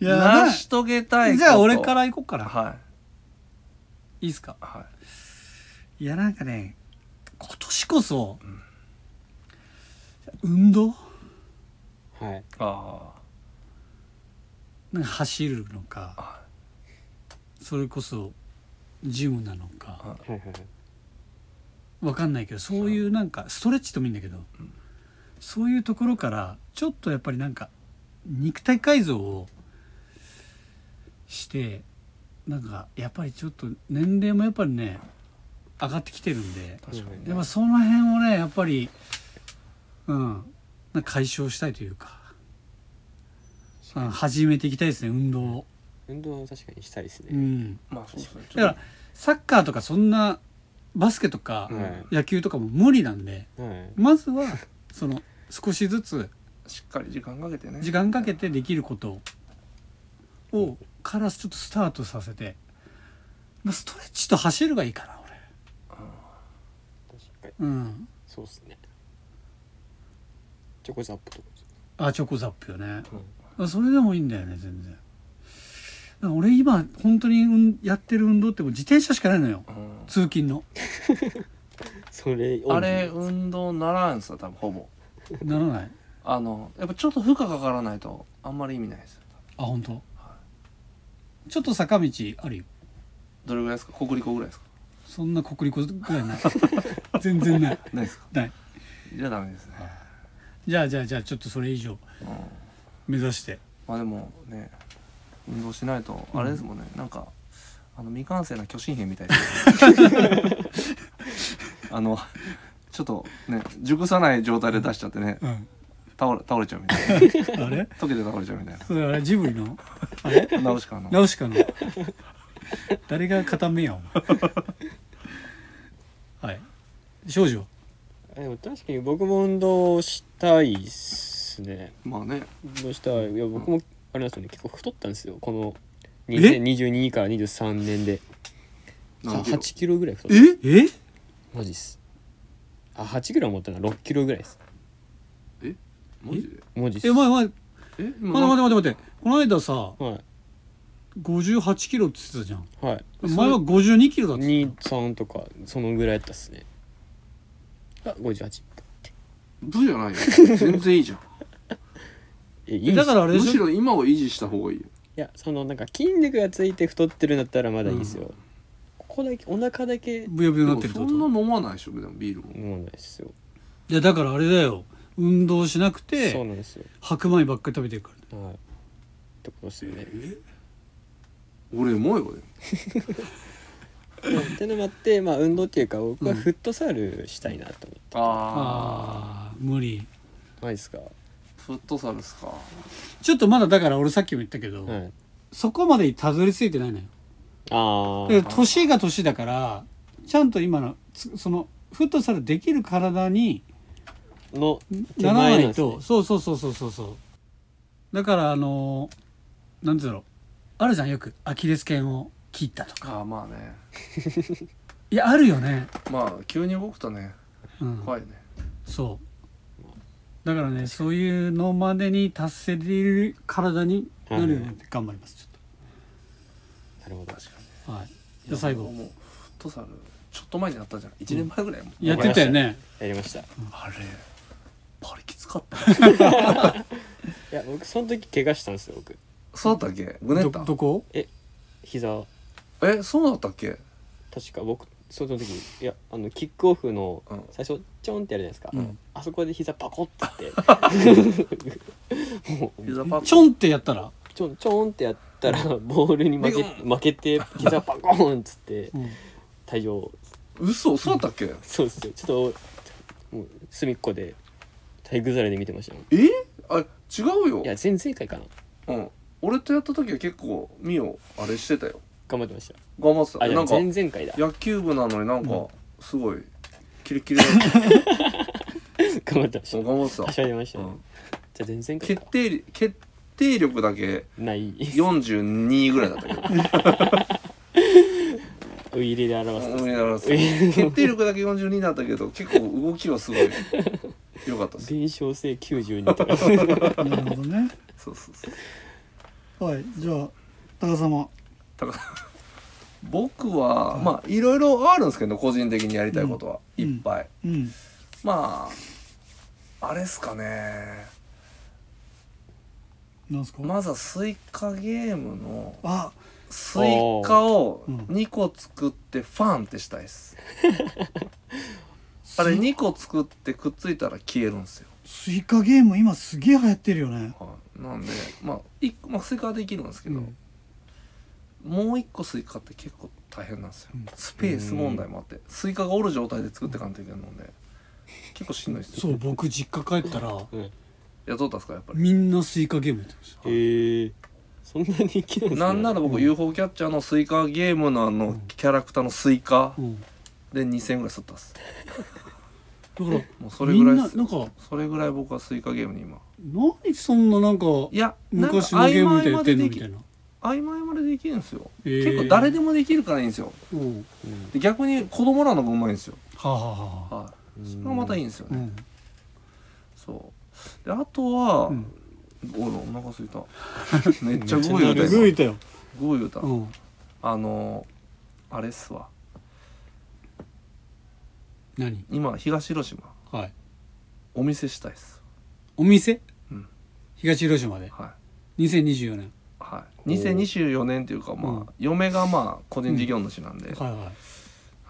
[SPEAKER 1] い
[SPEAKER 2] 成し遂げたいこと
[SPEAKER 1] じゃあ俺から行こうかな、、
[SPEAKER 2] はい
[SPEAKER 1] いですか
[SPEAKER 2] いはい
[SPEAKER 1] やなんかね今年こそ、運動
[SPEAKER 3] はい。
[SPEAKER 2] いあ
[SPEAKER 1] なんか走るのか、
[SPEAKER 2] は
[SPEAKER 1] それこそジムなのか
[SPEAKER 2] は
[SPEAKER 3] はいはいはい。
[SPEAKER 1] わかんないけどそういうなんかストレッチともいいんだけど、そういうところからちょっとやっぱりなんか肉体改造をしてなんかやっぱりちょっと年齢もやっぱりね上がってきてるんで
[SPEAKER 2] あ確かに
[SPEAKER 1] やっぱその辺をねやっぱりうんなんか解消したいというか、うん、始めていきたいですね運動を。
[SPEAKER 3] 運動は確かにしたいです
[SPEAKER 1] う
[SPEAKER 3] ね。
[SPEAKER 1] ん
[SPEAKER 2] まあそうですね
[SPEAKER 1] だからサッカーとかそんなバスケとか
[SPEAKER 2] うん
[SPEAKER 1] 野球とかも無理なんで、
[SPEAKER 3] はい。
[SPEAKER 1] まずはその少しずつ
[SPEAKER 2] しっかり時間かけてね
[SPEAKER 1] 時間かけてできることをからちょっとスタートさせて、まあ、ストレッチと走るがいいかな
[SPEAKER 3] 確かに。
[SPEAKER 1] 俺うん
[SPEAKER 3] そうですね。チョコザップとか。
[SPEAKER 1] あチョコザップよね
[SPEAKER 2] うん、
[SPEAKER 1] あそれでもいいんだよね全然だから俺今本当にうんやってる運動ってもう自転車しかないのよ
[SPEAKER 2] うん
[SPEAKER 1] 通勤の
[SPEAKER 3] それ
[SPEAKER 2] あれ運動ならんさ多分ほぼ
[SPEAKER 1] ならない
[SPEAKER 2] あのやっぱちょっと負荷かからないとあんまり意味ないですよ
[SPEAKER 1] あ本当。ちょっと坂道あるよ
[SPEAKER 2] どれぐらいですか国立ぐらいですか
[SPEAKER 1] そんな国立ぐらいない 全然ない
[SPEAKER 2] ないですか
[SPEAKER 1] ない
[SPEAKER 2] じゃあダメですね、
[SPEAKER 1] じゃあじゃあじゃあちょっとそれ以上
[SPEAKER 2] う
[SPEAKER 1] 目
[SPEAKER 2] ん、
[SPEAKER 1] 指して
[SPEAKER 2] まあでもね運動しないとあれですもんね、なんかあの未完成な巨神兵 みたいですあのちょっとね熟さない状態で出しちゃってね
[SPEAKER 1] うん
[SPEAKER 2] 倒れ倒れちゃうみた いな
[SPEAKER 1] あれ
[SPEAKER 2] 溶けて倒れちゃうみたい
[SPEAKER 1] それあれジブリのあれ
[SPEAKER 2] な直しかの
[SPEAKER 1] ナウシカの誰が固めやお前 はい少女
[SPEAKER 3] えでも確かに僕も運動したいっすね
[SPEAKER 2] まあね
[SPEAKER 3] 運動したいいや僕もあれなんですよね結構太ったんですよこの
[SPEAKER 1] え
[SPEAKER 3] 2022から23年でさ
[SPEAKER 2] 何キロ
[SPEAKER 3] 8キロぐらい太っ
[SPEAKER 1] ええ
[SPEAKER 3] たマジっすあ8キロは持ったな6キロぐらいです
[SPEAKER 2] マジで
[SPEAKER 3] マジっす
[SPEAKER 1] えお前お前待
[SPEAKER 2] え
[SPEAKER 1] って
[SPEAKER 2] 今
[SPEAKER 1] 待っ
[SPEAKER 2] なん
[SPEAKER 1] て待って待ってこの間さ
[SPEAKER 3] は
[SPEAKER 1] 58キロって言ってたじゃん
[SPEAKER 3] いはい
[SPEAKER 1] 前は52キロだっつって
[SPEAKER 3] 23とかそのぐらいやったっすねあ58
[SPEAKER 2] 部じゃな いよ全然いいじゃん
[SPEAKER 3] えい
[SPEAKER 1] え
[SPEAKER 3] いっす
[SPEAKER 1] だからあれ
[SPEAKER 2] む
[SPEAKER 1] でし
[SPEAKER 2] し
[SPEAKER 1] ょ
[SPEAKER 2] ろ今を維持した方がいいよ
[SPEAKER 3] いやそのなんか筋肉がついて太ってるんだったらまだいいですよ、ここだけお腹だけ
[SPEAKER 1] ブヨブ
[SPEAKER 2] で
[SPEAKER 1] ヨになっ
[SPEAKER 2] も
[SPEAKER 1] てるって
[SPEAKER 2] そ
[SPEAKER 1] こ
[SPEAKER 2] んな
[SPEAKER 1] と
[SPEAKER 2] 飲まないでしょでもビールも
[SPEAKER 3] 飲まないですよ
[SPEAKER 1] いやだからあれだよ運動しなく
[SPEAKER 3] そう
[SPEAKER 1] て
[SPEAKER 3] なんですよ
[SPEAKER 1] 白米ばっかり食べてるから
[SPEAKER 3] はいってことですよね
[SPEAKER 2] 俺もよね
[SPEAKER 3] ってのもあって、まあ、運動っていうか僕はフットサルしたいなと思って、
[SPEAKER 1] ああ無理
[SPEAKER 3] マジっすか、
[SPEAKER 2] フットサルっすか
[SPEAKER 1] ちょっとまだだから俺さっきも言ったけど、
[SPEAKER 3] はい、
[SPEAKER 1] そこまでたどり着いてないのよ
[SPEAKER 3] あ
[SPEAKER 1] だから年が年だからちゃんと今のつそのフットサルできる体に
[SPEAKER 3] あの手
[SPEAKER 1] なら
[SPEAKER 3] 前
[SPEAKER 1] な
[SPEAKER 3] なん
[SPEAKER 1] い
[SPEAKER 3] ですね
[SPEAKER 1] とそうそうそうそうそうそうだからあのーなんていうのあるじゃんよくアキレス腱を切ったとか
[SPEAKER 2] ああまあね
[SPEAKER 1] いやあるよね、
[SPEAKER 2] まあ急に動くとね
[SPEAKER 1] うん、
[SPEAKER 2] 怖いね
[SPEAKER 1] そうだからねそういうのまでに達成できる体になるように頑張りますちょ
[SPEAKER 3] なるほど
[SPEAKER 2] 確かに
[SPEAKER 1] っとはいじゃあ最後
[SPEAKER 2] もうフットサルちょっと前にやったじゃん1年前ぐらいも
[SPEAKER 1] やってたよね
[SPEAKER 3] やりましたい
[SPEAKER 2] あれパリきつか った
[SPEAKER 3] や僕その時怪我したんですよ僕
[SPEAKER 2] そうだったっけぐね
[SPEAKER 1] ど
[SPEAKER 2] った
[SPEAKER 1] どこ
[SPEAKER 3] 膝
[SPEAKER 2] えそうだったっけ
[SPEAKER 3] 確か僕その時いやあのキックオフの
[SPEAKER 2] うん
[SPEAKER 3] 最初ちょんってやるじゃないですか、
[SPEAKER 1] うん
[SPEAKER 3] あそこで膝パコってもう
[SPEAKER 2] 膝パッ
[SPEAKER 1] ちょんってやったら、
[SPEAKER 3] ちょんちょんってやったらボールに負け負けて膝パコーンっつって
[SPEAKER 1] うん
[SPEAKER 3] 退場
[SPEAKER 2] 嘘そうだったっけ
[SPEAKER 3] そうですよちょっともう隅っこで体育皿で見てましたもんい
[SPEAKER 2] えあ違うよ
[SPEAKER 3] や前々回かな
[SPEAKER 2] うん俺とやった時は結構ミオあれしてたよ
[SPEAKER 3] 頑張ってました
[SPEAKER 2] 頑張ってた
[SPEAKER 3] あじゃ
[SPEAKER 2] な
[SPEAKER 3] あ
[SPEAKER 2] んか
[SPEAKER 3] 前々回だ
[SPEAKER 2] 野球部なのになんかすごいキレキレだ った
[SPEAKER 3] 頑張ってまし
[SPEAKER 2] そう
[SPEAKER 3] た
[SPEAKER 2] 頑張って た
[SPEAKER 3] はしゃいでました
[SPEAKER 2] う
[SPEAKER 3] ね
[SPEAKER 2] ん
[SPEAKER 3] じゃあ前々回
[SPEAKER 2] 決
[SPEAKER 3] か
[SPEAKER 2] 定力決定力だけ
[SPEAKER 3] ない
[SPEAKER 2] 42ぐらいだったけど
[SPEAKER 3] うウイリで表す
[SPEAKER 2] うんやらせて決定力だけ42だったけど結構動きはすご い良かったです
[SPEAKER 3] 弁償性92とか
[SPEAKER 1] なるほどね
[SPEAKER 2] そうそうそう
[SPEAKER 1] はいじゃあ高様
[SPEAKER 2] だから僕はまあいろいろあるんですけど個人的にやりたいことは、
[SPEAKER 1] うん
[SPEAKER 2] いっぱい
[SPEAKER 1] うん
[SPEAKER 2] まああれっすかね
[SPEAKER 1] なんすか、
[SPEAKER 2] まずはスイカゲームの
[SPEAKER 1] あ
[SPEAKER 2] スイカを
[SPEAKER 1] うん
[SPEAKER 2] 2個作ってファンってしたいっすあれ2個作ってくっついたら消えるんですよ、
[SPEAKER 1] スイカゲーム今すげえ流行ってるよね
[SPEAKER 2] はい、なんでまあ一個まあスイカはできるんですけど、
[SPEAKER 1] うん
[SPEAKER 2] もう1個スイカって結構大変なんですよ、
[SPEAKER 1] うん
[SPEAKER 2] スペース問題もあってスイカがおる状態で作ってかんといけないので結構しんどいっすよ
[SPEAKER 1] そう僕実家帰ったら
[SPEAKER 2] 雇ったんですかやっぱり
[SPEAKER 1] みんなスイカゲームやってました
[SPEAKER 3] えー、そんな人気なんですね
[SPEAKER 2] なんなら僕 UFO キャッチャーのスイカゲームのあのキャラクターのスイカ
[SPEAKER 1] うん
[SPEAKER 2] で2000円ぐらいすったっす
[SPEAKER 1] だから
[SPEAKER 2] もうそれぐらいっす
[SPEAKER 1] みんななんか
[SPEAKER 2] それぐらい僕はスイカゲームに今
[SPEAKER 1] 何そんななんか
[SPEAKER 2] いや
[SPEAKER 1] 昔のゲームみたいにやってんのみた
[SPEAKER 2] ないんか
[SPEAKER 1] な、
[SPEAKER 2] 曖昧までできるんですよ、
[SPEAKER 1] えー
[SPEAKER 2] 結構誰でもできるからいいんですよ
[SPEAKER 1] うん、
[SPEAKER 2] で逆に子供らの方がうまいんですよ
[SPEAKER 1] はあ、はあはあ
[SPEAKER 2] はいそれがまたいいんですよ
[SPEAKER 1] う
[SPEAKER 2] ね、
[SPEAKER 1] ん
[SPEAKER 2] そうであとは、
[SPEAKER 1] うん
[SPEAKER 2] おいお腹すいた めっちゃグー言うた
[SPEAKER 1] すごい
[SPEAKER 2] 今
[SPEAKER 1] たよ、
[SPEAKER 2] グー言うた、
[SPEAKER 1] うん、
[SPEAKER 2] あのーあれっすわ
[SPEAKER 1] 何
[SPEAKER 2] 今東広島
[SPEAKER 1] はい
[SPEAKER 2] お見せしたいっす
[SPEAKER 1] お店、
[SPEAKER 2] うん
[SPEAKER 1] 東広島で
[SPEAKER 2] はい
[SPEAKER 1] 2024年
[SPEAKER 2] はい、2024年っていうかまあ、
[SPEAKER 1] うん
[SPEAKER 2] 嫁がまあ個人事業主なんで、
[SPEAKER 1] はいはい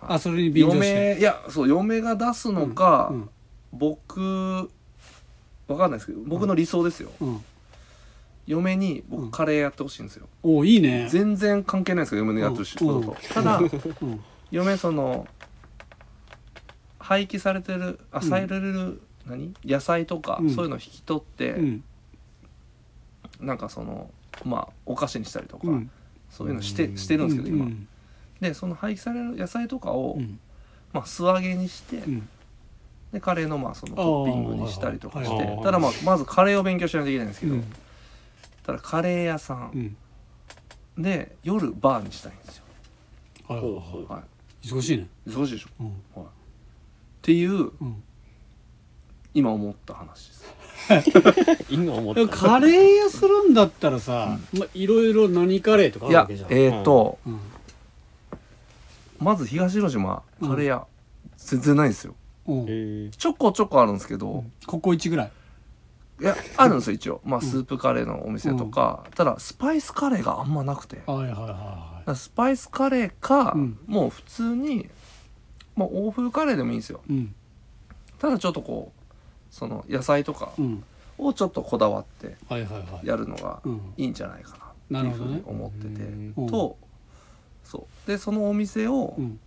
[SPEAKER 1] あそれに便乗して
[SPEAKER 2] 嫁いやそう嫁が出すのか、
[SPEAKER 1] うん
[SPEAKER 2] 僕わかんないですけど僕の理想ですよ、
[SPEAKER 1] うん、
[SPEAKER 2] 嫁に
[SPEAKER 1] うん
[SPEAKER 2] 僕カレーやってほしいんですよ、
[SPEAKER 1] おおいいね、
[SPEAKER 2] 全然関係ないんですけど嫁のやってほしいことと、
[SPEAKER 1] うん
[SPEAKER 2] ただ
[SPEAKER 1] うん、
[SPEAKER 2] 嫁その廃棄されてるあ
[SPEAKER 1] うん
[SPEAKER 2] される、何野菜とか、
[SPEAKER 1] うん
[SPEAKER 2] そういうのを引き取って、
[SPEAKER 1] うん
[SPEAKER 2] なんかそのまあお菓子にしたりとか、
[SPEAKER 1] うん
[SPEAKER 2] そういうのして,、してるんですけど、
[SPEAKER 1] う
[SPEAKER 2] 今
[SPEAKER 1] ん
[SPEAKER 2] でその廃棄される野菜とかを、
[SPEAKER 1] うん
[SPEAKER 2] まあ、素揚げにして、
[SPEAKER 1] うん
[SPEAKER 2] でカレーのまあそのトッピングにしたりとかし
[SPEAKER 3] あーはい
[SPEAKER 2] て
[SPEAKER 3] はい
[SPEAKER 2] ただまあまずカレーを勉強しないといけないんですけ
[SPEAKER 1] う
[SPEAKER 2] ど、
[SPEAKER 1] ん
[SPEAKER 2] ただカレー屋さ
[SPEAKER 1] うんん
[SPEAKER 2] で夜バーにしたいんですよ、
[SPEAKER 1] はいはい
[SPEAKER 3] ほう
[SPEAKER 1] は
[SPEAKER 3] ほう
[SPEAKER 2] は
[SPEAKER 1] いう忙しいね
[SPEAKER 2] い、忙しいでしょ、
[SPEAKER 1] うん
[SPEAKER 2] はい、っていう
[SPEAKER 1] うん
[SPEAKER 2] 今思った話です
[SPEAKER 3] 今思っ
[SPEAKER 1] でも
[SPEAKER 3] た
[SPEAKER 1] カレー屋するんだったらさ、まあ、いろいろ何カレーとかあ
[SPEAKER 2] い
[SPEAKER 1] るわ
[SPEAKER 2] や
[SPEAKER 1] けじゃん
[SPEAKER 2] えっ、と、
[SPEAKER 1] うん
[SPEAKER 2] まず東広島カレー屋、全然ないんですよ
[SPEAKER 1] うん
[SPEAKER 3] えー、
[SPEAKER 2] ちょこちょこあるんですけど、
[SPEAKER 1] ここ一ぐらい
[SPEAKER 2] いやあるんですよ一応まあスープカレーのお店とか、ただスパイスカレーがあんまなくて
[SPEAKER 1] はいはいはいは
[SPEAKER 2] だからスパイスカレーか、
[SPEAKER 1] うん
[SPEAKER 2] もう普通に、まあ、欧風カレーでもいいんですよ
[SPEAKER 1] いうん
[SPEAKER 2] ただちょっとこうその野菜とか
[SPEAKER 1] うん
[SPEAKER 2] をちょっとこだわって
[SPEAKER 1] はいはいはい
[SPEAKER 2] やるのが
[SPEAKER 1] うん
[SPEAKER 2] いいんじゃないかなっ
[SPEAKER 1] な
[SPEAKER 2] て
[SPEAKER 1] るほど
[SPEAKER 2] いうふう
[SPEAKER 1] ね
[SPEAKER 2] に思ってて、
[SPEAKER 1] うん
[SPEAKER 2] とそうでそのお店を、
[SPEAKER 1] うん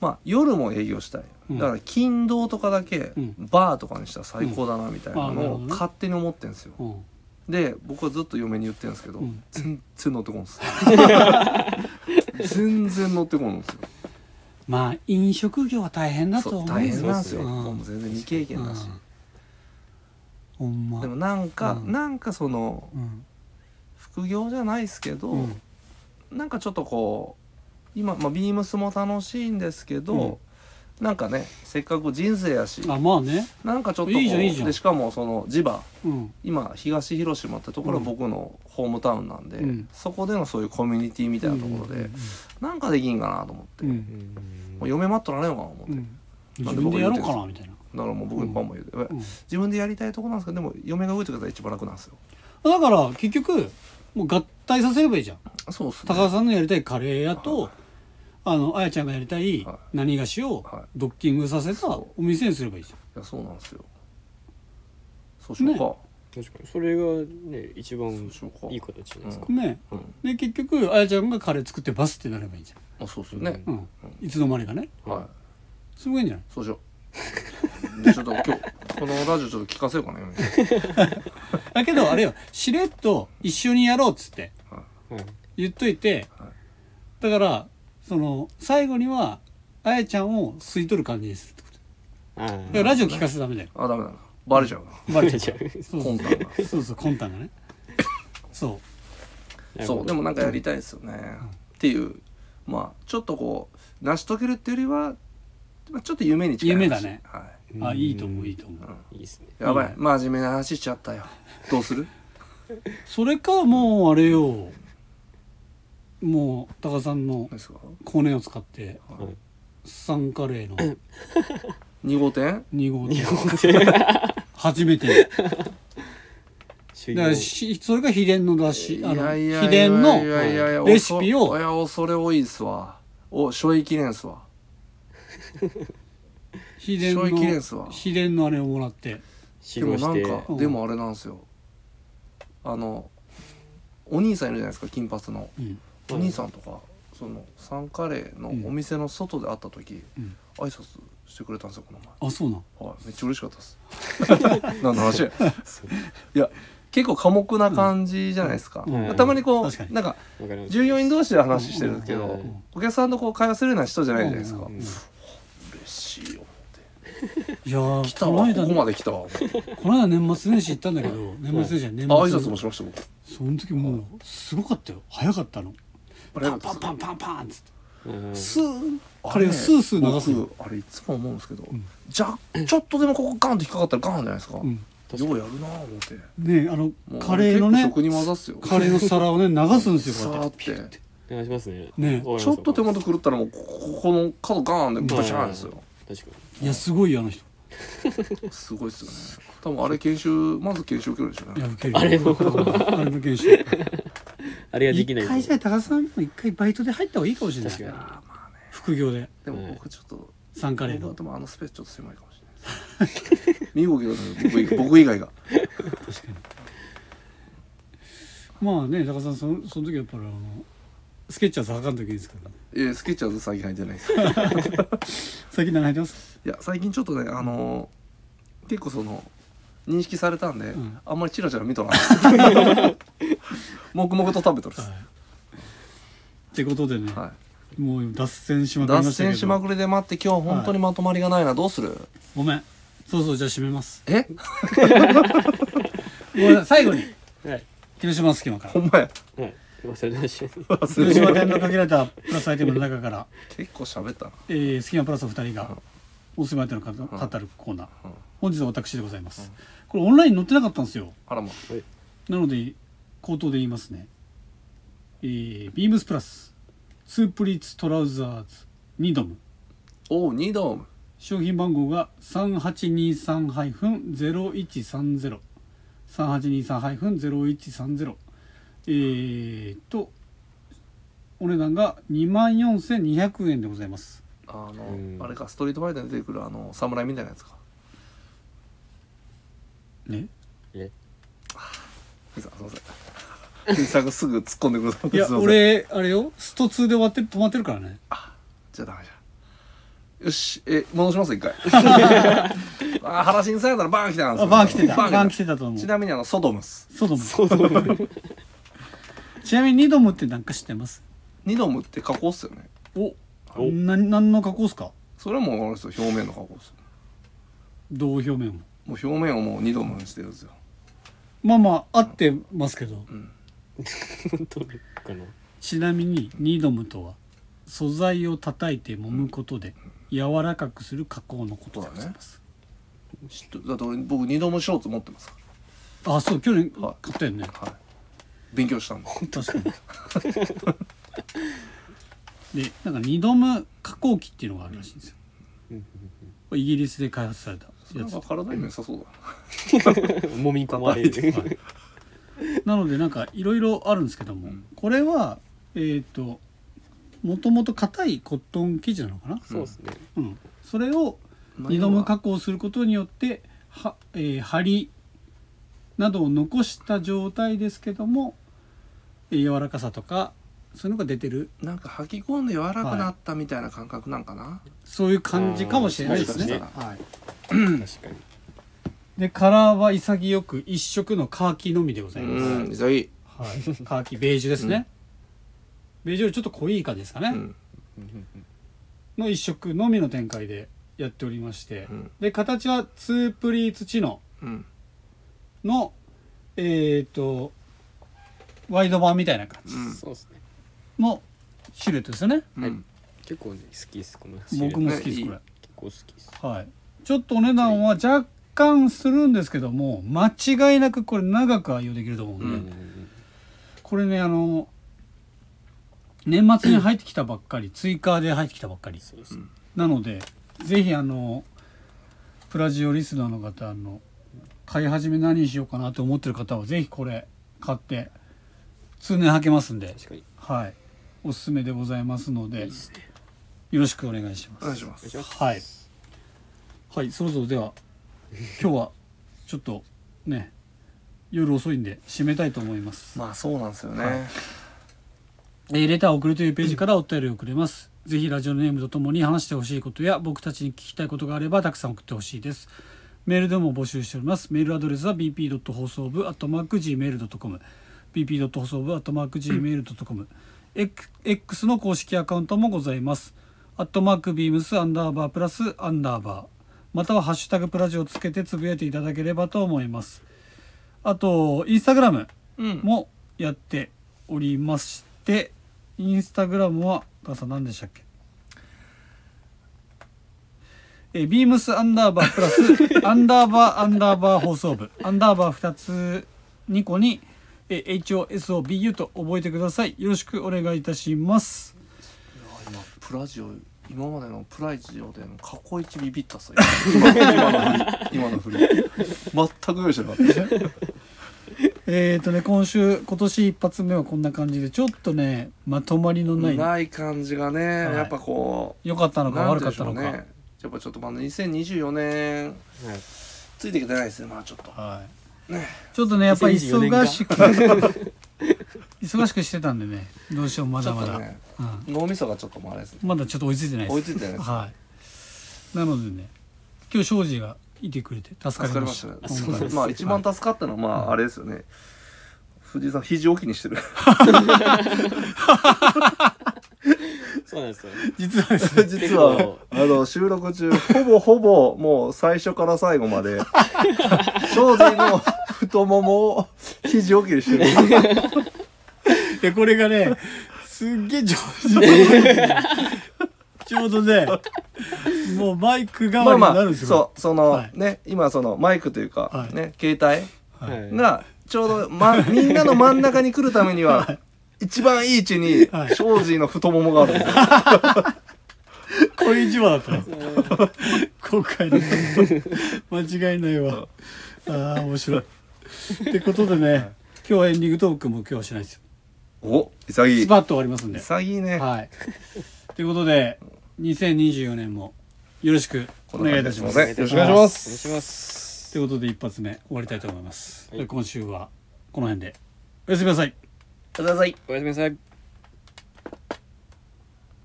[SPEAKER 2] まあ、夜も営業したい
[SPEAKER 1] うん
[SPEAKER 2] だから金堂とかだけ
[SPEAKER 1] うん
[SPEAKER 2] バーとかにしたら最高だなみたいな
[SPEAKER 1] うんあーなる
[SPEAKER 2] の
[SPEAKER 1] ほ
[SPEAKER 2] を
[SPEAKER 1] どね
[SPEAKER 2] 勝手に思ってんですよ
[SPEAKER 1] うん
[SPEAKER 2] で僕はずっと嫁に言ってるんですけど、
[SPEAKER 1] うん
[SPEAKER 2] 全然乗ってこん っす全然乗ってこんんですよ
[SPEAKER 1] まあ飲食業は大変だと
[SPEAKER 2] そう
[SPEAKER 1] 思う
[SPEAKER 2] 大変なんですよ、
[SPEAKER 1] う
[SPEAKER 2] もう全然未経験だし、
[SPEAKER 1] ほんま
[SPEAKER 2] でもなんか、
[SPEAKER 1] うん
[SPEAKER 2] なんかその
[SPEAKER 1] うん
[SPEAKER 2] 副業じゃないですけど、
[SPEAKER 1] うん
[SPEAKER 2] なんかちょっとこう今、まあ、ビームスも楽しいんですけど、なんかねせっかく人生やし
[SPEAKER 1] あまあね
[SPEAKER 2] なんかちょっとこう
[SPEAKER 1] いいじゃんいいじゃん
[SPEAKER 2] でしかもその地場
[SPEAKER 1] うん
[SPEAKER 2] 今東広島ってところは僕のホームタウンなんで、
[SPEAKER 1] うん
[SPEAKER 2] そこでのそういうコミュニティみたいなところで、なんかできんかなと思って、
[SPEAKER 1] う
[SPEAKER 2] も
[SPEAKER 1] ん
[SPEAKER 2] う嫁待っとられんわ思って、
[SPEAKER 1] う
[SPEAKER 2] だか
[SPEAKER 1] ん自分でやろうかなみたいな
[SPEAKER 2] らもう僕パンも言うて、え
[SPEAKER 1] うん
[SPEAKER 2] 自分でやりたいとこなんですけどでも嫁が動いてくれたら一番楽なんですよ
[SPEAKER 1] だから結局もう合体させればいいじゃん
[SPEAKER 2] そうっすね
[SPEAKER 1] 高田さんのやりたいカレー屋とあのあやちゃんがやりたい
[SPEAKER 2] は
[SPEAKER 1] 何菓子を
[SPEAKER 2] はい
[SPEAKER 1] ドッキングさせたお
[SPEAKER 2] そ
[SPEAKER 1] 店にすればいいじ
[SPEAKER 2] いやそうなんですよそうしようか、
[SPEAKER 3] 確かにそれがね一番
[SPEAKER 2] そうしようか
[SPEAKER 3] いい形じゃないですか
[SPEAKER 1] ゃんね
[SPEAKER 2] うん
[SPEAKER 1] で結局あやちゃんがカレー作ってバスってなればいいじ
[SPEAKER 2] まあそうっすよね、
[SPEAKER 1] ゃんうんいつの間にかね
[SPEAKER 2] はい
[SPEAKER 1] すごいんじゃない
[SPEAKER 2] そうしようでちょっと今日このラジオちょっと聞かせようかな嫁に
[SPEAKER 1] だけどあれよしれっと一緒にやろうっつって
[SPEAKER 2] はい
[SPEAKER 3] はい
[SPEAKER 1] 言っといて、
[SPEAKER 2] はい
[SPEAKER 1] だからその最後にはあやちゃんを吸い取る感じにするってこと
[SPEAKER 3] あ
[SPEAKER 1] だから
[SPEAKER 3] ー
[SPEAKER 1] ラジオ聞かせちゃダメだよ
[SPEAKER 2] あダメだなバレちゃうな
[SPEAKER 1] バレちゃ
[SPEAKER 3] じゃあ
[SPEAKER 1] うそ
[SPEAKER 2] 魂
[SPEAKER 1] う
[SPEAKER 2] 胆が
[SPEAKER 1] そうそうコンタがねそう
[SPEAKER 2] そうでもなんかやりたいですよね、っていうまあちょっとこう成し遂げるっていうよりはまあちょっと夢に近い話
[SPEAKER 1] 夢だね
[SPEAKER 2] は
[SPEAKER 1] あいいと思ういいと思
[SPEAKER 2] い、
[SPEAKER 1] う
[SPEAKER 2] う
[SPEAKER 3] いいですね
[SPEAKER 2] ん、やばい
[SPEAKER 1] いいね
[SPEAKER 2] 真面目な話しちゃったよどうする
[SPEAKER 1] それかもうあれよもう高田さんの
[SPEAKER 2] 何ですか
[SPEAKER 1] コネを使って
[SPEAKER 3] はい
[SPEAKER 1] サンカレーの
[SPEAKER 2] 2号店
[SPEAKER 1] 2号
[SPEAKER 3] 日
[SPEAKER 1] 店
[SPEAKER 3] 本で
[SPEAKER 1] 初めて
[SPEAKER 3] 修
[SPEAKER 1] だ
[SPEAKER 3] 行
[SPEAKER 1] からしそれが秘伝のだしあの
[SPEAKER 2] いやいやいや
[SPEAKER 1] 秘伝の
[SPEAKER 2] いやいやいや
[SPEAKER 1] レシピ
[SPEAKER 2] おそい
[SPEAKER 1] を
[SPEAKER 2] や恐れ多いっすわお醤油記念っすわ
[SPEAKER 1] 秘伝
[SPEAKER 2] 醤油記念っす
[SPEAKER 1] の
[SPEAKER 2] わ
[SPEAKER 1] 秘伝のあれをもらって
[SPEAKER 3] 修
[SPEAKER 2] でも
[SPEAKER 3] 行
[SPEAKER 2] な
[SPEAKER 3] し
[SPEAKER 2] ん
[SPEAKER 3] て
[SPEAKER 2] か、
[SPEAKER 1] うん
[SPEAKER 2] でもあれなんですよあのお兄さんいるじゃないですか金髪の
[SPEAKER 1] うん
[SPEAKER 2] お兄さんとかそのサンカレーのお店の外で会った時、
[SPEAKER 1] うん
[SPEAKER 2] 挨拶してくれたんですよこの前
[SPEAKER 1] あそうなん
[SPEAKER 2] はい、めっちゃ嬉しかったです 何の話いや結構寡黙な感じじゃないですか、
[SPEAKER 1] うん
[SPEAKER 3] うん
[SPEAKER 2] たまにこう
[SPEAKER 1] 確かに
[SPEAKER 2] なんか
[SPEAKER 3] わかります
[SPEAKER 2] 従業員同士で話してるんですけど、
[SPEAKER 3] うんうん
[SPEAKER 2] お客さんとこう会話するような人じゃないじゃないですか、
[SPEAKER 1] うんうん
[SPEAKER 2] 嬉しいよ
[SPEAKER 1] いやー
[SPEAKER 2] 来た
[SPEAKER 1] この
[SPEAKER 2] わこ
[SPEAKER 1] 間
[SPEAKER 2] こ
[SPEAKER 1] こ
[SPEAKER 2] まで来たわ
[SPEAKER 1] の間年末年始行ったんだけど年末年始は年
[SPEAKER 2] あ挨
[SPEAKER 1] 末
[SPEAKER 2] 拶もしました僕
[SPEAKER 1] その時もうすごかったよ早かったの
[SPEAKER 2] あれ
[SPEAKER 1] パンパンパンパンパンっつって
[SPEAKER 3] うん
[SPEAKER 1] スー
[SPEAKER 2] あ
[SPEAKER 1] カレーをスースー流すの
[SPEAKER 2] 僕あれいつも思うんですけど、
[SPEAKER 1] ん
[SPEAKER 2] じゃちょっとでもここガンって引っかかったらガンじゃないですか、
[SPEAKER 1] うん
[SPEAKER 2] ようやるなぁ思って
[SPEAKER 1] ねあの
[SPEAKER 2] もう
[SPEAKER 1] カレーのね
[SPEAKER 2] 結構食に混ざっすよ
[SPEAKER 1] カレーの皿をね流すんです
[SPEAKER 2] さ
[SPEAKER 1] よこうや
[SPEAKER 2] ー
[SPEAKER 1] っ
[SPEAKER 2] ってて
[SPEAKER 3] お願いしますね
[SPEAKER 1] ね
[SPEAKER 2] ちょっと手元狂ったらもうこここの角ガーンでバシャーンですよ、
[SPEAKER 3] 確か
[SPEAKER 1] いやすごいよあの人
[SPEAKER 2] すごいっすよね多分あれ研修まず研修受けるでしょう
[SPEAKER 1] いや
[SPEAKER 2] ね
[SPEAKER 1] 受ける
[SPEAKER 3] あれの
[SPEAKER 1] あれの研修
[SPEAKER 3] にあれができない
[SPEAKER 1] 一回じゃあ高田さんも一回バイトで入った方がいいかもしれない
[SPEAKER 3] 確かに
[SPEAKER 2] あまあね
[SPEAKER 1] 副業で
[SPEAKER 2] でも
[SPEAKER 3] うん
[SPEAKER 2] 僕ちょっと、
[SPEAKER 1] サンカレー
[SPEAKER 2] 僕は
[SPEAKER 1] の
[SPEAKER 2] でもあのスペースちょっと狭いかもしれないです身動きが取れない僕以僕以外が
[SPEAKER 1] まあね高田さんそのその時やっぱりあのスケッチャーズ測んときですからね
[SPEAKER 2] いやスケッチャーズ最近入ってない です
[SPEAKER 1] 最近何入ってます
[SPEAKER 2] いや最近ちょっとねあのー結構その認識されたんで、
[SPEAKER 1] ん
[SPEAKER 2] あんまりチラチラ見とらん黙々と食べとるっす、
[SPEAKER 1] はいってことでね
[SPEAKER 2] は
[SPEAKER 1] もう脱線し
[SPEAKER 2] い、
[SPEAKER 1] まくりま
[SPEAKER 2] 脱
[SPEAKER 1] したけ
[SPEAKER 2] 線
[SPEAKER 1] ど
[SPEAKER 2] しまくりで待って今日本当にまとまりがないなどうする
[SPEAKER 1] ごめんそうそうじゃあ締めます
[SPEAKER 2] え
[SPEAKER 1] ごめんなさい最後に
[SPEAKER 3] はい
[SPEAKER 1] 広島の隙間から
[SPEAKER 2] ほんまや
[SPEAKER 3] はい忘れてました
[SPEAKER 2] 忘れ
[SPEAKER 1] 広島
[SPEAKER 2] てた
[SPEAKER 1] 店の限られたプラスアイテムの中から、
[SPEAKER 2] 結構喋ったな
[SPEAKER 1] えー、隙間プラス2人がお住まいとの方語るコーナー
[SPEAKER 2] うん
[SPEAKER 1] 本日は私でございますこれオンラインに載ってなかったんですよ
[SPEAKER 2] あらま
[SPEAKER 1] なので口頭で言いますね、えー、ビームスプラスツープリッツトラウザーズニドム
[SPEAKER 2] おうニドーム
[SPEAKER 1] 商品番号が3823-0130 3823-0130えーっとお値段が24,200円でございます
[SPEAKER 2] あの、
[SPEAKER 3] うん
[SPEAKER 2] あれかストリートファイターに出てくるあの侍みたいなやつか
[SPEAKER 1] ね
[SPEAKER 3] え
[SPEAKER 2] すいませんすいません 藤井さんがすぐ突っ込んでくる
[SPEAKER 1] いや俺あれよスト2で終わって止まってるからね
[SPEAKER 2] じゃあダメじゃんよしえ戻します 一回あ原新さんやったらバーン来たんです
[SPEAKER 1] あ
[SPEAKER 2] よ
[SPEAKER 1] バン来てたバン来
[SPEAKER 2] た
[SPEAKER 1] てたと思う
[SPEAKER 2] ちなみにあのソドムス
[SPEAKER 1] そうだもん ちなみにニドムって何か知ってます
[SPEAKER 2] ニドムって加工っすよね
[SPEAKER 1] お
[SPEAKER 3] お
[SPEAKER 1] な何の加工っすか
[SPEAKER 2] それはもうあれですよ表面の加工っすよ
[SPEAKER 1] どう表面を
[SPEAKER 2] もう表面をもうニドムにしてるんですよ
[SPEAKER 1] まあまあ合ってますけど
[SPEAKER 3] 本当かな
[SPEAKER 1] ちなみにニドムとは素材を叩いて揉むことで柔らかくする加工のことでございます、
[SPEAKER 2] 知っとだって俺僕ニドムショーツ持ってますか
[SPEAKER 1] あそう去年
[SPEAKER 2] はい
[SPEAKER 1] 買ったよね
[SPEAKER 2] らはい勉強したんで
[SPEAKER 1] 確かにでなんかニドム加工機っていうのがあるらしいんですよこれイギリスで開発された
[SPEAKER 2] な
[SPEAKER 1] や
[SPEAKER 2] ん
[SPEAKER 1] つ
[SPEAKER 2] か体にも良さそうだ
[SPEAKER 3] もみ込まれる
[SPEAKER 1] なのでなんかいろいろあるんですけども、
[SPEAKER 2] うん
[SPEAKER 1] これはえっ、ともともと硬いコットン生地なのかな、
[SPEAKER 3] そうですね
[SPEAKER 1] うん、それを
[SPEAKER 2] な
[SPEAKER 1] 二度目加工することによっては、えー、張りなどを残した状態ですけどもえー柔らかさとかそういうのが出てる
[SPEAKER 2] なんか吐き込んで柔らかなったみたいな感覚なんかな、
[SPEAKER 1] そういう感じかもしれないですね。
[SPEAKER 2] うん
[SPEAKER 1] はい、
[SPEAKER 3] 確かに
[SPEAKER 1] でカラーは潔く一色のカーキのみでございます。
[SPEAKER 2] うん潔い
[SPEAKER 1] はい、カーキベージュですね。ベージュよりちょっと濃い感じですかね。
[SPEAKER 2] うん
[SPEAKER 1] の一色のみの展開でやっておりまして、
[SPEAKER 2] うん
[SPEAKER 1] で形はツープリーツチノ
[SPEAKER 2] うん
[SPEAKER 1] のえっ、とワイド版みたいな感じ
[SPEAKER 2] うん
[SPEAKER 3] そうですね
[SPEAKER 1] のシルエットですよね
[SPEAKER 2] うん
[SPEAKER 3] はい結構ね好きですこのシルエット
[SPEAKER 1] 僕も好きですこれ
[SPEAKER 3] 結構好きです
[SPEAKER 1] はいちょっとお値段は若干するんですけども間違いなくこれ長く愛用できると思うんで、
[SPEAKER 2] う
[SPEAKER 3] うんんうんうん
[SPEAKER 1] これねあの年末に入ってきたばっかり追加で入ってきたばっかり
[SPEAKER 3] そうですね
[SPEAKER 1] なのでぜひあのプラジオリスナーの方あの買い始め何にしようかなと思ってる方はぜひこれ買って通年履けますんで
[SPEAKER 3] 確かに
[SPEAKER 1] はいおすすめでございますの
[SPEAKER 3] いい
[SPEAKER 1] で
[SPEAKER 3] ですね
[SPEAKER 1] よろしくお願いします
[SPEAKER 2] お願いします
[SPEAKER 1] はい。はい、そろそろで は、今日は、ちょっと、ね、夜遅いんで、締めたいと思います。
[SPEAKER 2] まあそうなんですよ
[SPEAKER 1] は
[SPEAKER 2] ね、
[SPEAKER 1] いえーレターを送るというページからお便りをくれます。ぜひラジオネームとともに話してほしいことや、僕たちに聞きたいことがあれば、たくさん送ってほしいです。メールでも募集しております。メールアドレスは bp. 放送部 .gmail.com bp. 放送部 .gmail.com X の公式アカウントもございます。アットマークビームスアンダーバープラスアンダーバーまたはハッシュタグプラジをつけてつぶやいていただければと思います。あと、インスタグラム
[SPEAKER 2] うん
[SPEAKER 1] もやっておりまして、インスタグラムは、高橋さん何でしたっけえー、ビームスアンダーバープラス、 アンダーバーアンダーバー放送部、アンダーバー2つ2個に、えー HOSOBU と覚えてください。よろしくお願いいたします。
[SPEAKER 2] いや今プラジオ今までのプラジオでの過去一ビビったっすよ今今の振り今の振り全く用意してなかった
[SPEAKER 1] えーとね、今週、今年一発目はこんな感じで、ちょっとね、まとまりのない、良
[SPEAKER 2] ない感じがね、
[SPEAKER 1] はい
[SPEAKER 2] やっぱこ
[SPEAKER 1] かった
[SPEAKER 2] う
[SPEAKER 1] のか
[SPEAKER 2] なん
[SPEAKER 1] 悪
[SPEAKER 2] て
[SPEAKER 1] か
[SPEAKER 2] 言うん
[SPEAKER 1] っ
[SPEAKER 2] でし
[SPEAKER 1] た
[SPEAKER 2] ょ
[SPEAKER 1] の
[SPEAKER 2] う
[SPEAKER 1] か。
[SPEAKER 2] ねやっぱちょっとまだ2024年
[SPEAKER 3] はい
[SPEAKER 2] ついてきてないですねまあちょっと
[SPEAKER 1] はい
[SPEAKER 2] ね。
[SPEAKER 1] ちょっとね、やっぱり
[SPEAKER 3] 2024年が
[SPEAKER 1] 忙し く、忙しくしてたんでね、どうしよう、まだま
[SPEAKER 2] ちょっ
[SPEAKER 1] だ。
[SPEAKER 2] とね
[SPEAKER 1] うん
[SPEAKER 2] 脳みそがちょっともうあれですね
[SPEAKER 1] まだちょっと追いついてないです。
[SPEAKER 2] 追いついてないです
[SPEAKER 1] はい。なのでね、今日庄司がいてくれて助
[SPEAKER 2] 助
[SPEAKER 1] か
[SPEAKER 2] か
[SPEAKER 1] りま
[SPEAKER 2] りま
[SPEAKER 1] し。
[SPEAKER 2] したたね
[SPEAKER 1] 本当です
[SPEAKER 2] まあ一番助かったのはまああれですよね藤井さん肘置きにしてる
[SPEAKER 3] そうなんですよ
[SPEAKER 1] 実はですね、
[SPEAKER 2] 実はあの収録中ほぼほぼもう最初から最後 まで庄司の太ももを肘置き にしてる
[SPEAKER 1] いやこれがね、すっげえ上手。 ちょうどね、もうマイク代わ
[SPEAKER 2] ま
[SPEAKER 1] り
[SPEAKER 2] あ
[SPEAKER 1] にな
[SPEAKER 2] ま
[SPEAKER 1] るん
[SPEAKER 2] あ
[SPEAKER 1] ですよ。
[SPEAKER 2] そうその、
[SPEAKER 1] はい
[SPEAKER 2] ね今そのマイクというか、
[SPEAKER 1] はい
[SPEAKER 2] ね携帯
[SPEAKER 1] はい
[SPEAKER 3] はい
[SPEAKER 2] がちょうど、ま、みんなの真ん中に来るため には、一番いい位置に
[SPEAKER 1] はい
[SPEAKER 2] 庄司の太ももがあるんです よ、
[SPEAKER 1] これ一番だったの。今回の間違いないわ。ああ面白い。ってことでね、今日はエンディングトークも今日はしないですよ。
[SPEAKER 2] お潔
[SPEAKER 1] ス
[SPEAKER 2] い
[SPEAKER 1] パッと終わりますんで。
[SPEAKER 2] 潔いね、
[SPEAKER 1] はい。ということで、2024年もよろしくお願いいたします。
[SPEAKER 2] こんな感じですい
[SPEAKER 1] とい
[SPEAKER 2] ませんよろしくお願いします
[SPEAKER 3] お願いします
[SPEAKER 1] うことで一発目終わりたいと思います。
[SPEAKER 3] はい
[SPEAKER 1] 今週はこの辺でおやすみなさい。
[SPEAKER 2] ください
[SPEAKER 3] おやすみなさい